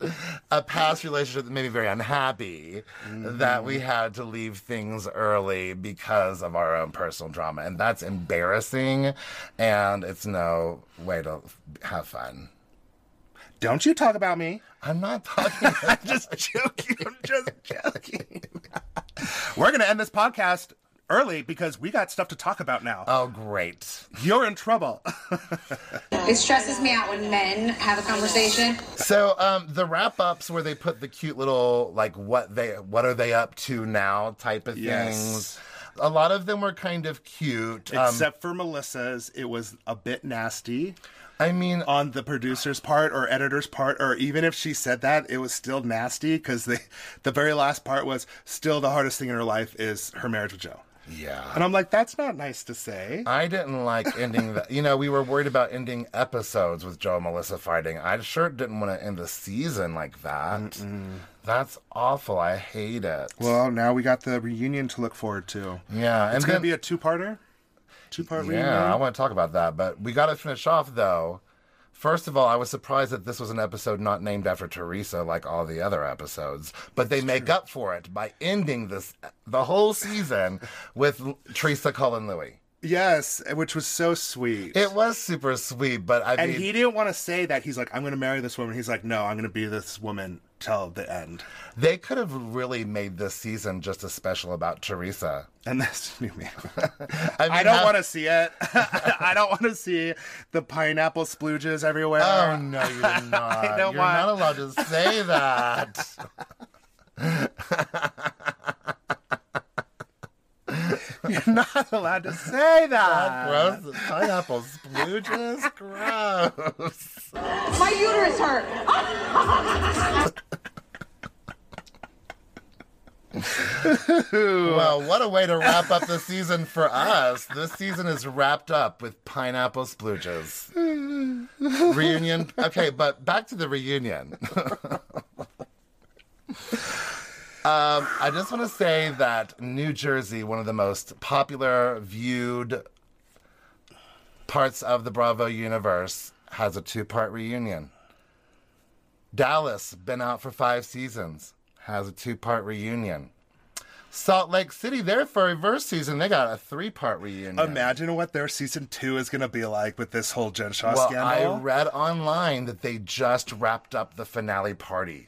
Speaker 2: a past relationship that made me very unhappy that
Speaker 3: Mm-hmm.
Speaker 2: we had to leave things early because of our own personal drama. And that's embarrassing and it's no way to have fun.
Speaker 3: Don't you talk about me.
Speaker 2: I'm not talking
Speaker 3: just joking. I'm just joking. We're going to end this podcast early because we got stuff to talk about now.
Speaker 2: Oh great.
Speaker 3: You're in trouble. Um,
Speaker 6: It stresses me out when men have a conversation.
Speaker 2: So um, the wrap ups where they put the cute little like what they what are they up to now type of
Speaker 3: Yes.
Speaker 2: things. A lot of them were kind of cute. Um,
Speaker 3: Except for Melissa's, it was a bit nasty
Speaker 2: I mean,
Speaker 3: on the producer's part or editor's part, or even if she said that, it was still nasty because the the very last part was still the hardest thing in her life is her marriage with Joe.
Speaker 2: yeah.
Speaker 3: And I'm like, that's not nice to say.
Speaker 2: I didn't like ending the. You know, we were worried about ending episodes with Joe and Melissa fighting. I sure didn't want to end the season like that. That's awful. I hate it.
Speaker 3: Well, now we got the reunion to look forward to.
Speaker 2: yeah,
Speaker 3: It's going
Speaker 2: then-
Speaker 3: to be a two parter? Two part reunion?
Speaker 2: Yeah, I want to talk about that, but we got to finish off though. First of all, I was surprised that this was an episode not named after Teresa like all the other episodes, but they make up for it by ending this the whole season with L- Teresa calling Louis.
Speaker 3: Yes, which was so sweet.
Speaker 2: It was super sweet, but I
Speaker 3: and
Speaker 2: mean,
Speaker 3: he didn't want to say that. He's like, I'm going to marry this woman. He's like, no, I'm going to be this woman till the end.
Speaker 2: they could have really made this season just as special about Teresa.
Speaker 3: And that's new man.
Speaker 2: I, mean,
Speaker 3: I don't
Speaker 2: how-
Speaker 3: want to see it. I don't want to see the pineapple splooges everywhere.
Speaker 2: Oh no, you're not. I
Speaker 3: don't
Speaker 2: you're
Speaker 3: want-
Speaker 2: not allowed to say that.
Speaker 3: You're not allowed to say that.
Speaker 2: gross. Pineapple splooges. Gross.
Speaker 6: My uterus hurt.
Speaker 2: Well, what a way to wrap up the season for us. This season is wrapped up with pineapple splooges. Reunion. Okay, but back to the reunion. Um, I just want to say that New Jersey, one of the most popular, viewed parts of the Bravo universe, has a two part reunion. Dallas, been out for five seasons, has a two part reunion. Salt Lake City, there for reverse season, they got a three part reunion.
Speaker 3: Imagine what their season two is going to be like with this whole Jen Shaw
Speaker 2: well,
Speaker 3: scandal.
Speaker 2: I read online that they just wrapped up the finale party.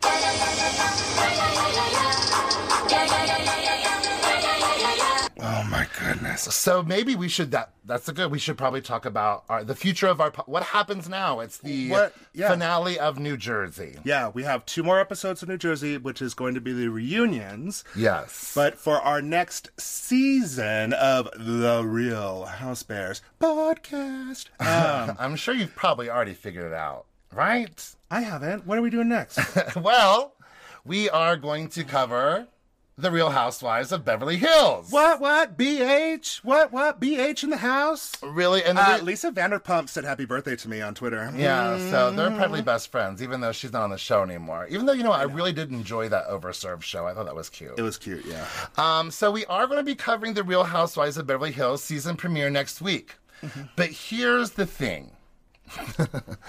Speaker 3: oh my goodness.
Speaker 2: So maybe we should that that's a good. We should probably talk about our, the future of our po- what happens now. It's the
Speaker 3: What- yeah.
Speaker 2: finale of New Jersey.
Speaker 3: Yeah, we have two more episodes of New Jersey, which is going to be the reunions.
Speaker 2: Yes,
Speaker 3: But for our next season of The Real House Bears podcast, um,
Speaker 2: I'm sure you've probably already figured it out, right?
Speaker 3: I haven't. What are we doing next?
Speaker 2: well, we are going to cover the Real Housewives of Beverly Hills.
Speaker 3: what, what, BH? What, what, BH in the house?
Speaker 2: Really? And the
Speaker 3: Uh,
Speaker 2: re-
Speaker 3: Lisa Vanderpump said happy birthday to me on Twitter.
Speaker 2: Yeah, so they're
Speaker 3: Mm.
Speaker 2: probably best friends, even though she's not on the show anymore. Even though, you know, I really did enjoy that overserved show. I thought that was cute.
Speaker 3: It was cute, yeah.
Speaker 2: Um, so we are going to be covering The Real Housewives of Beverly Hills season premiere next week. But here's the thing.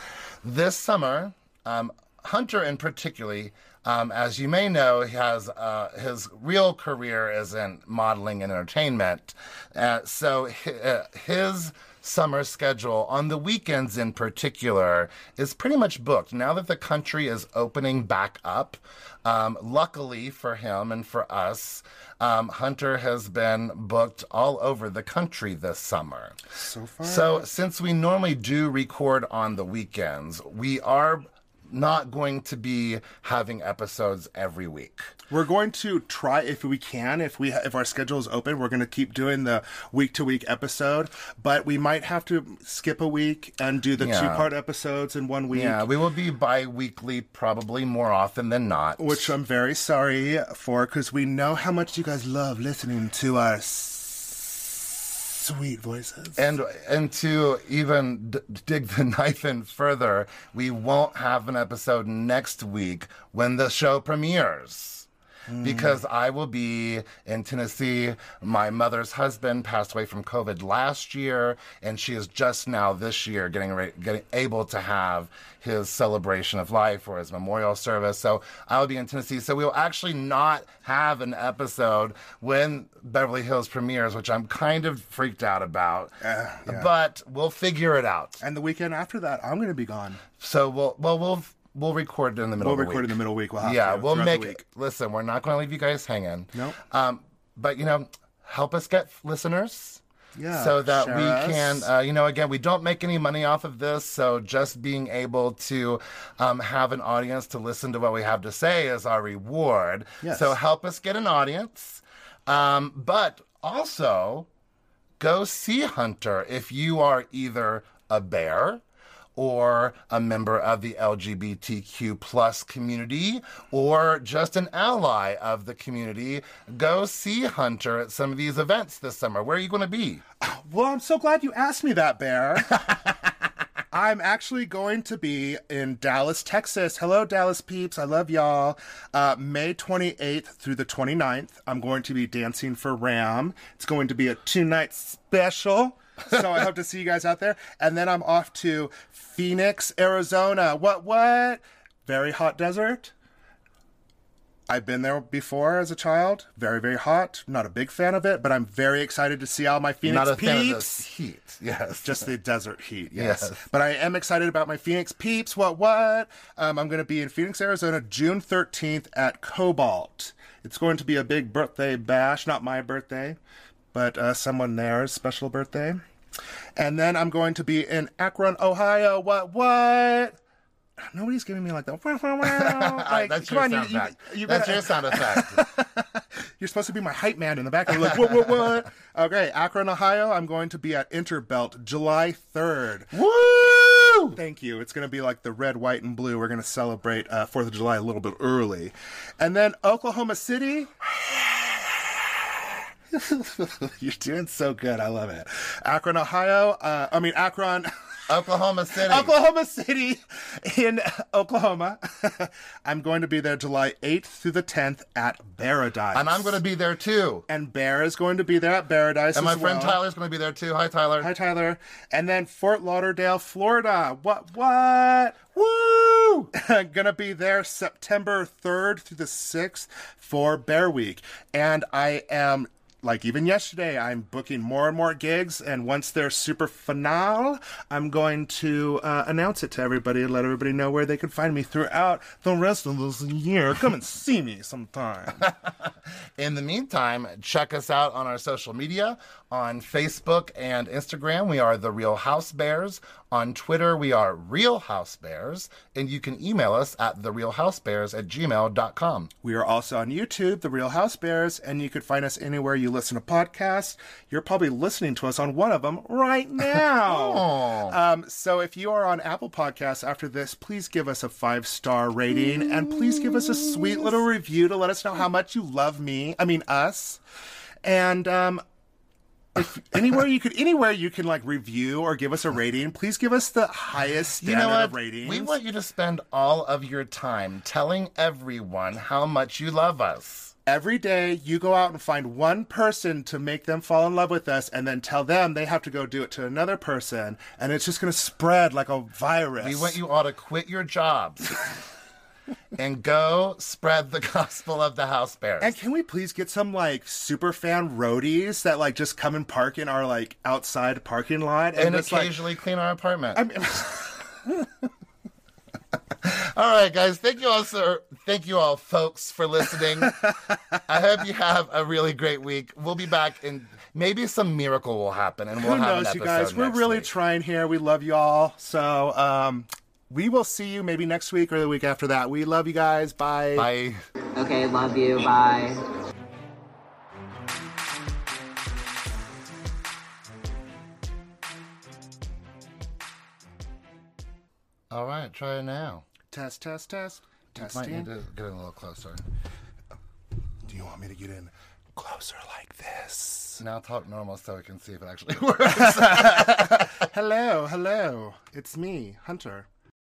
Speaker 2: this summer, um, Hunter in particularly, um, as you may know, he has uh, his real career is in modeling and entertainment. Uh, so hi- uh, his summer schedule on the weekends in particular is pretty much booked now that the country is opening back up um, luckily for him and for us um, hunter has been booked all over the country this summer
Speaker 3: So far.
Speaker 2: so, since we normally do record on the weekends, we are not going to be having episodes every week.
Speaker 3: We're going to try if we can, if we if our schedule is open, we're going to keep doing the week to week episode, but we might have to skip a week and do the
Speaker 2: Yeah.
Speaker 3: two part episodes in one week.
Speaker 2: Yeah, we will be bi weekly probably more often than not.
Speaker 3: Which I'm very sorry for because we know how much you guys love listening to our s- sweet voices.
Speaker 2: and and to even d- dig the knife in further, we won't have an episode next week when the show premieres.
Speaker 3: Mm.
Speaker 2: Because I will be in Tennessee. My mother's husband passed away from COVID last year, and she is just now this year getting, re- getting able to have his celebration of life or his memorial service. So I will be in Tennessee. So we will actually not have an episode when Beverly Hills premieres, which I'm kind of freaked out about.
Speaker 3: Uh,
Speaker 2: But we'll figure it out.
Speaker 3: And the weekend after that, I'm going to be gone.
Speaker 2: So we'll well we'll we'll record in the middle.
Speaker 3: We'll
Speaker 2: of the
Speaker 3: record
Speaker 2: week.
Speaker 3: in the middle week. We'll have
Speaker 2: yeah,
Speaker 3: to
Speaker 2: we'll
Speaker 3: throughout the
Speaker 2: make
Speaker 3: week.
Speaker 2: Listen, we're not going to leave you guys hanging.
Speaker 3: Nope.
Speaker 2: Um, but you know, help us get listeners.
Speaker 3: Yeah,
Speaker 2: So that
Speaker 3: share
Speaker 2: we
Speaker 3: us.
Speaker 2: can, uh, you know, again, we don't make any money off of this. So just being able to um, have an audience to listen to what we have to say is our reward.
Speaker 3: Yes.
Speaker 2: So help us get an audience. Um, but also, go see Hunter if you are either a bear or a member of the LGBTQ plus community or just an ally of the community. Go see Hunter at some of these events this summer. Where are you going to be?
Speaker 3: Well, I'm so glad you asked me that, Bear. I'm actually going to be in Dallas, Texas. Hello, Dallas peeps. I love y'all. Uh, May 28th through the 29th, I'm going to be dancing for Ram. It's going to be a two night special. So I hope to see you guys out there. And then I'm off to Phoenix, Arizona. What, what? Very hot desert. I've been there before as a child. Very, very hot. Not a big fan of it, but I'm very excited to see all my Phoenix
Speaker 2: Not a
Speaker 3: peeps
Speaker 2: fan of this heat. Yes.
Speaker 3: just the desert heat. Yes.
Speaker 2: Yes.
Speaker 3: But I am excited about my Phoenix peeps. What, what? Um, I'm going to be in Phoenix, Arizona, June 13th at Cobalt. It's going to be a big birthday bash. Not my birthday, but uh, someone there's special birthday. And then I'm going to be in Akron, Ohio. What, what? Nobody's giving me like that. like,
Speaker 2: That's
Speaker 3: come
Speaker 2: your
Speaker 3: on, you,
Speaker 2: sound
Speaker 3: you,
Speaker 2: effect.
Speaker 3: you
Speaker 2: That's
Speaker 3: better-
Speaker 2: your sound effect.
Speaker 3: you're supposed to be my hype man in the background. Like, what, what, what? okay, Akron, Ohio. I'm going to be at Interbelt July 3rd.
Speaker 2: Woo!
Speaker 3: Thank you. It's going to be like the red, white, and blue. We're going to celebrate uh, Fourth of July a little bit early, and then Oklahoma City. You're doing so good. I love it. Akron, Ohio. Uh, I mean Akron.
Speaker 2: Oklahoma City.
Speaker 3: Oklahoma City in Oklahoma. I'm going to be there July 8th through the 10th at Paradise.
Speaker 2: And I'm going to be there too.
Speaker 3: And Bear is going to be there at Paradise.
Speaker 2: And my
Speaker 3: as
Speaker 2: friend
Speaker 3: well.
Speaker 2: Tyler's going to be there too. Hi, Tyler.
Speaker 3: Hi, Tyler. And then Fort Lauderdale, Florida. What? What? Woo! Gonna be there September 3rd through the 6th for Bear Week. And I am. Like even yesterday, I'm booking more and more gigs, and once they're super finale, I'm going to uh, announce it to everybody and let everybody know where they can find me throughout the rest of this year. Come and see me sometime.
Speaker 2: In the meantime, check us out on our social media on Facebook and Instagram. We are The Real House Bears. On Twitter, we are Real House Bears. And you can email us at TheRealHouseBears at gmail.com.
Speaker 3: We are also on YouTube, The Real House Bears, and you can find us anywhere you listen to podcasts. You're probably listening to us on one of them right
Speaker 2: Oh.
Speaker 3: now. um, so if you are on Apple Podcasts after this, please give us a five star rating and please give us a sweet little review to let us know how much you love me. I mean us. And um, if anywhere you could, anywhere you can like review or give us a rating, please give us the highest
Speaker 2: You
Speaker 3: standard
Speaker 2: know what?
Speaker 3: of ratings.
Speaker 2: We want you to spend all of your time telling everyone how much you love us.
Speaker 3: Every day, you go out and find one person to make them fall in love with us, and then tell them they have to go do it to another person, and it's just going to spread like a virus.
Speaker 2: We want you all to quit your jobs and go spread the gospel of the House Bears.
Speaker 3: And can we please get some like super fan roadies that like just come and park in our like outside parking lot
Speaker 2: and
Speaker 3: just, like-
Speaker 2: occasionally clean our apartment. all right, guys. Thank you all, sir. Thank you all, folks, for listening. I hope you have a really great week. We'll be back, and maybe some miracle will happen, and we'll
Speaker 3: who
Speaker 2: have an
Speaker 3: knows, you
Speaker 2: episode
Speaker 3: guys? We're
Speaker 2: next
Speaker 3: really
Speaker 2: week.
Speaker 3: trying here. We love you all. So um, we will see you maybe next week or the week after that. We love you guys. Bye.
Speaker 2: Bye.
Speaker 4: Okay, love you. Bye.
Speaker 2: All right, try it now.
Speaker 3: Test, test, test.
Speaker 2: Might
Speaker 3: Testing.
Speaker 2: need to get in a little closer.
Speaker 3: Do you want me to get in closer like this?
Speaker 2: Now talk normal so we can see if it actually works.
Speaker 3: Hello, hello. It's me, Hunter.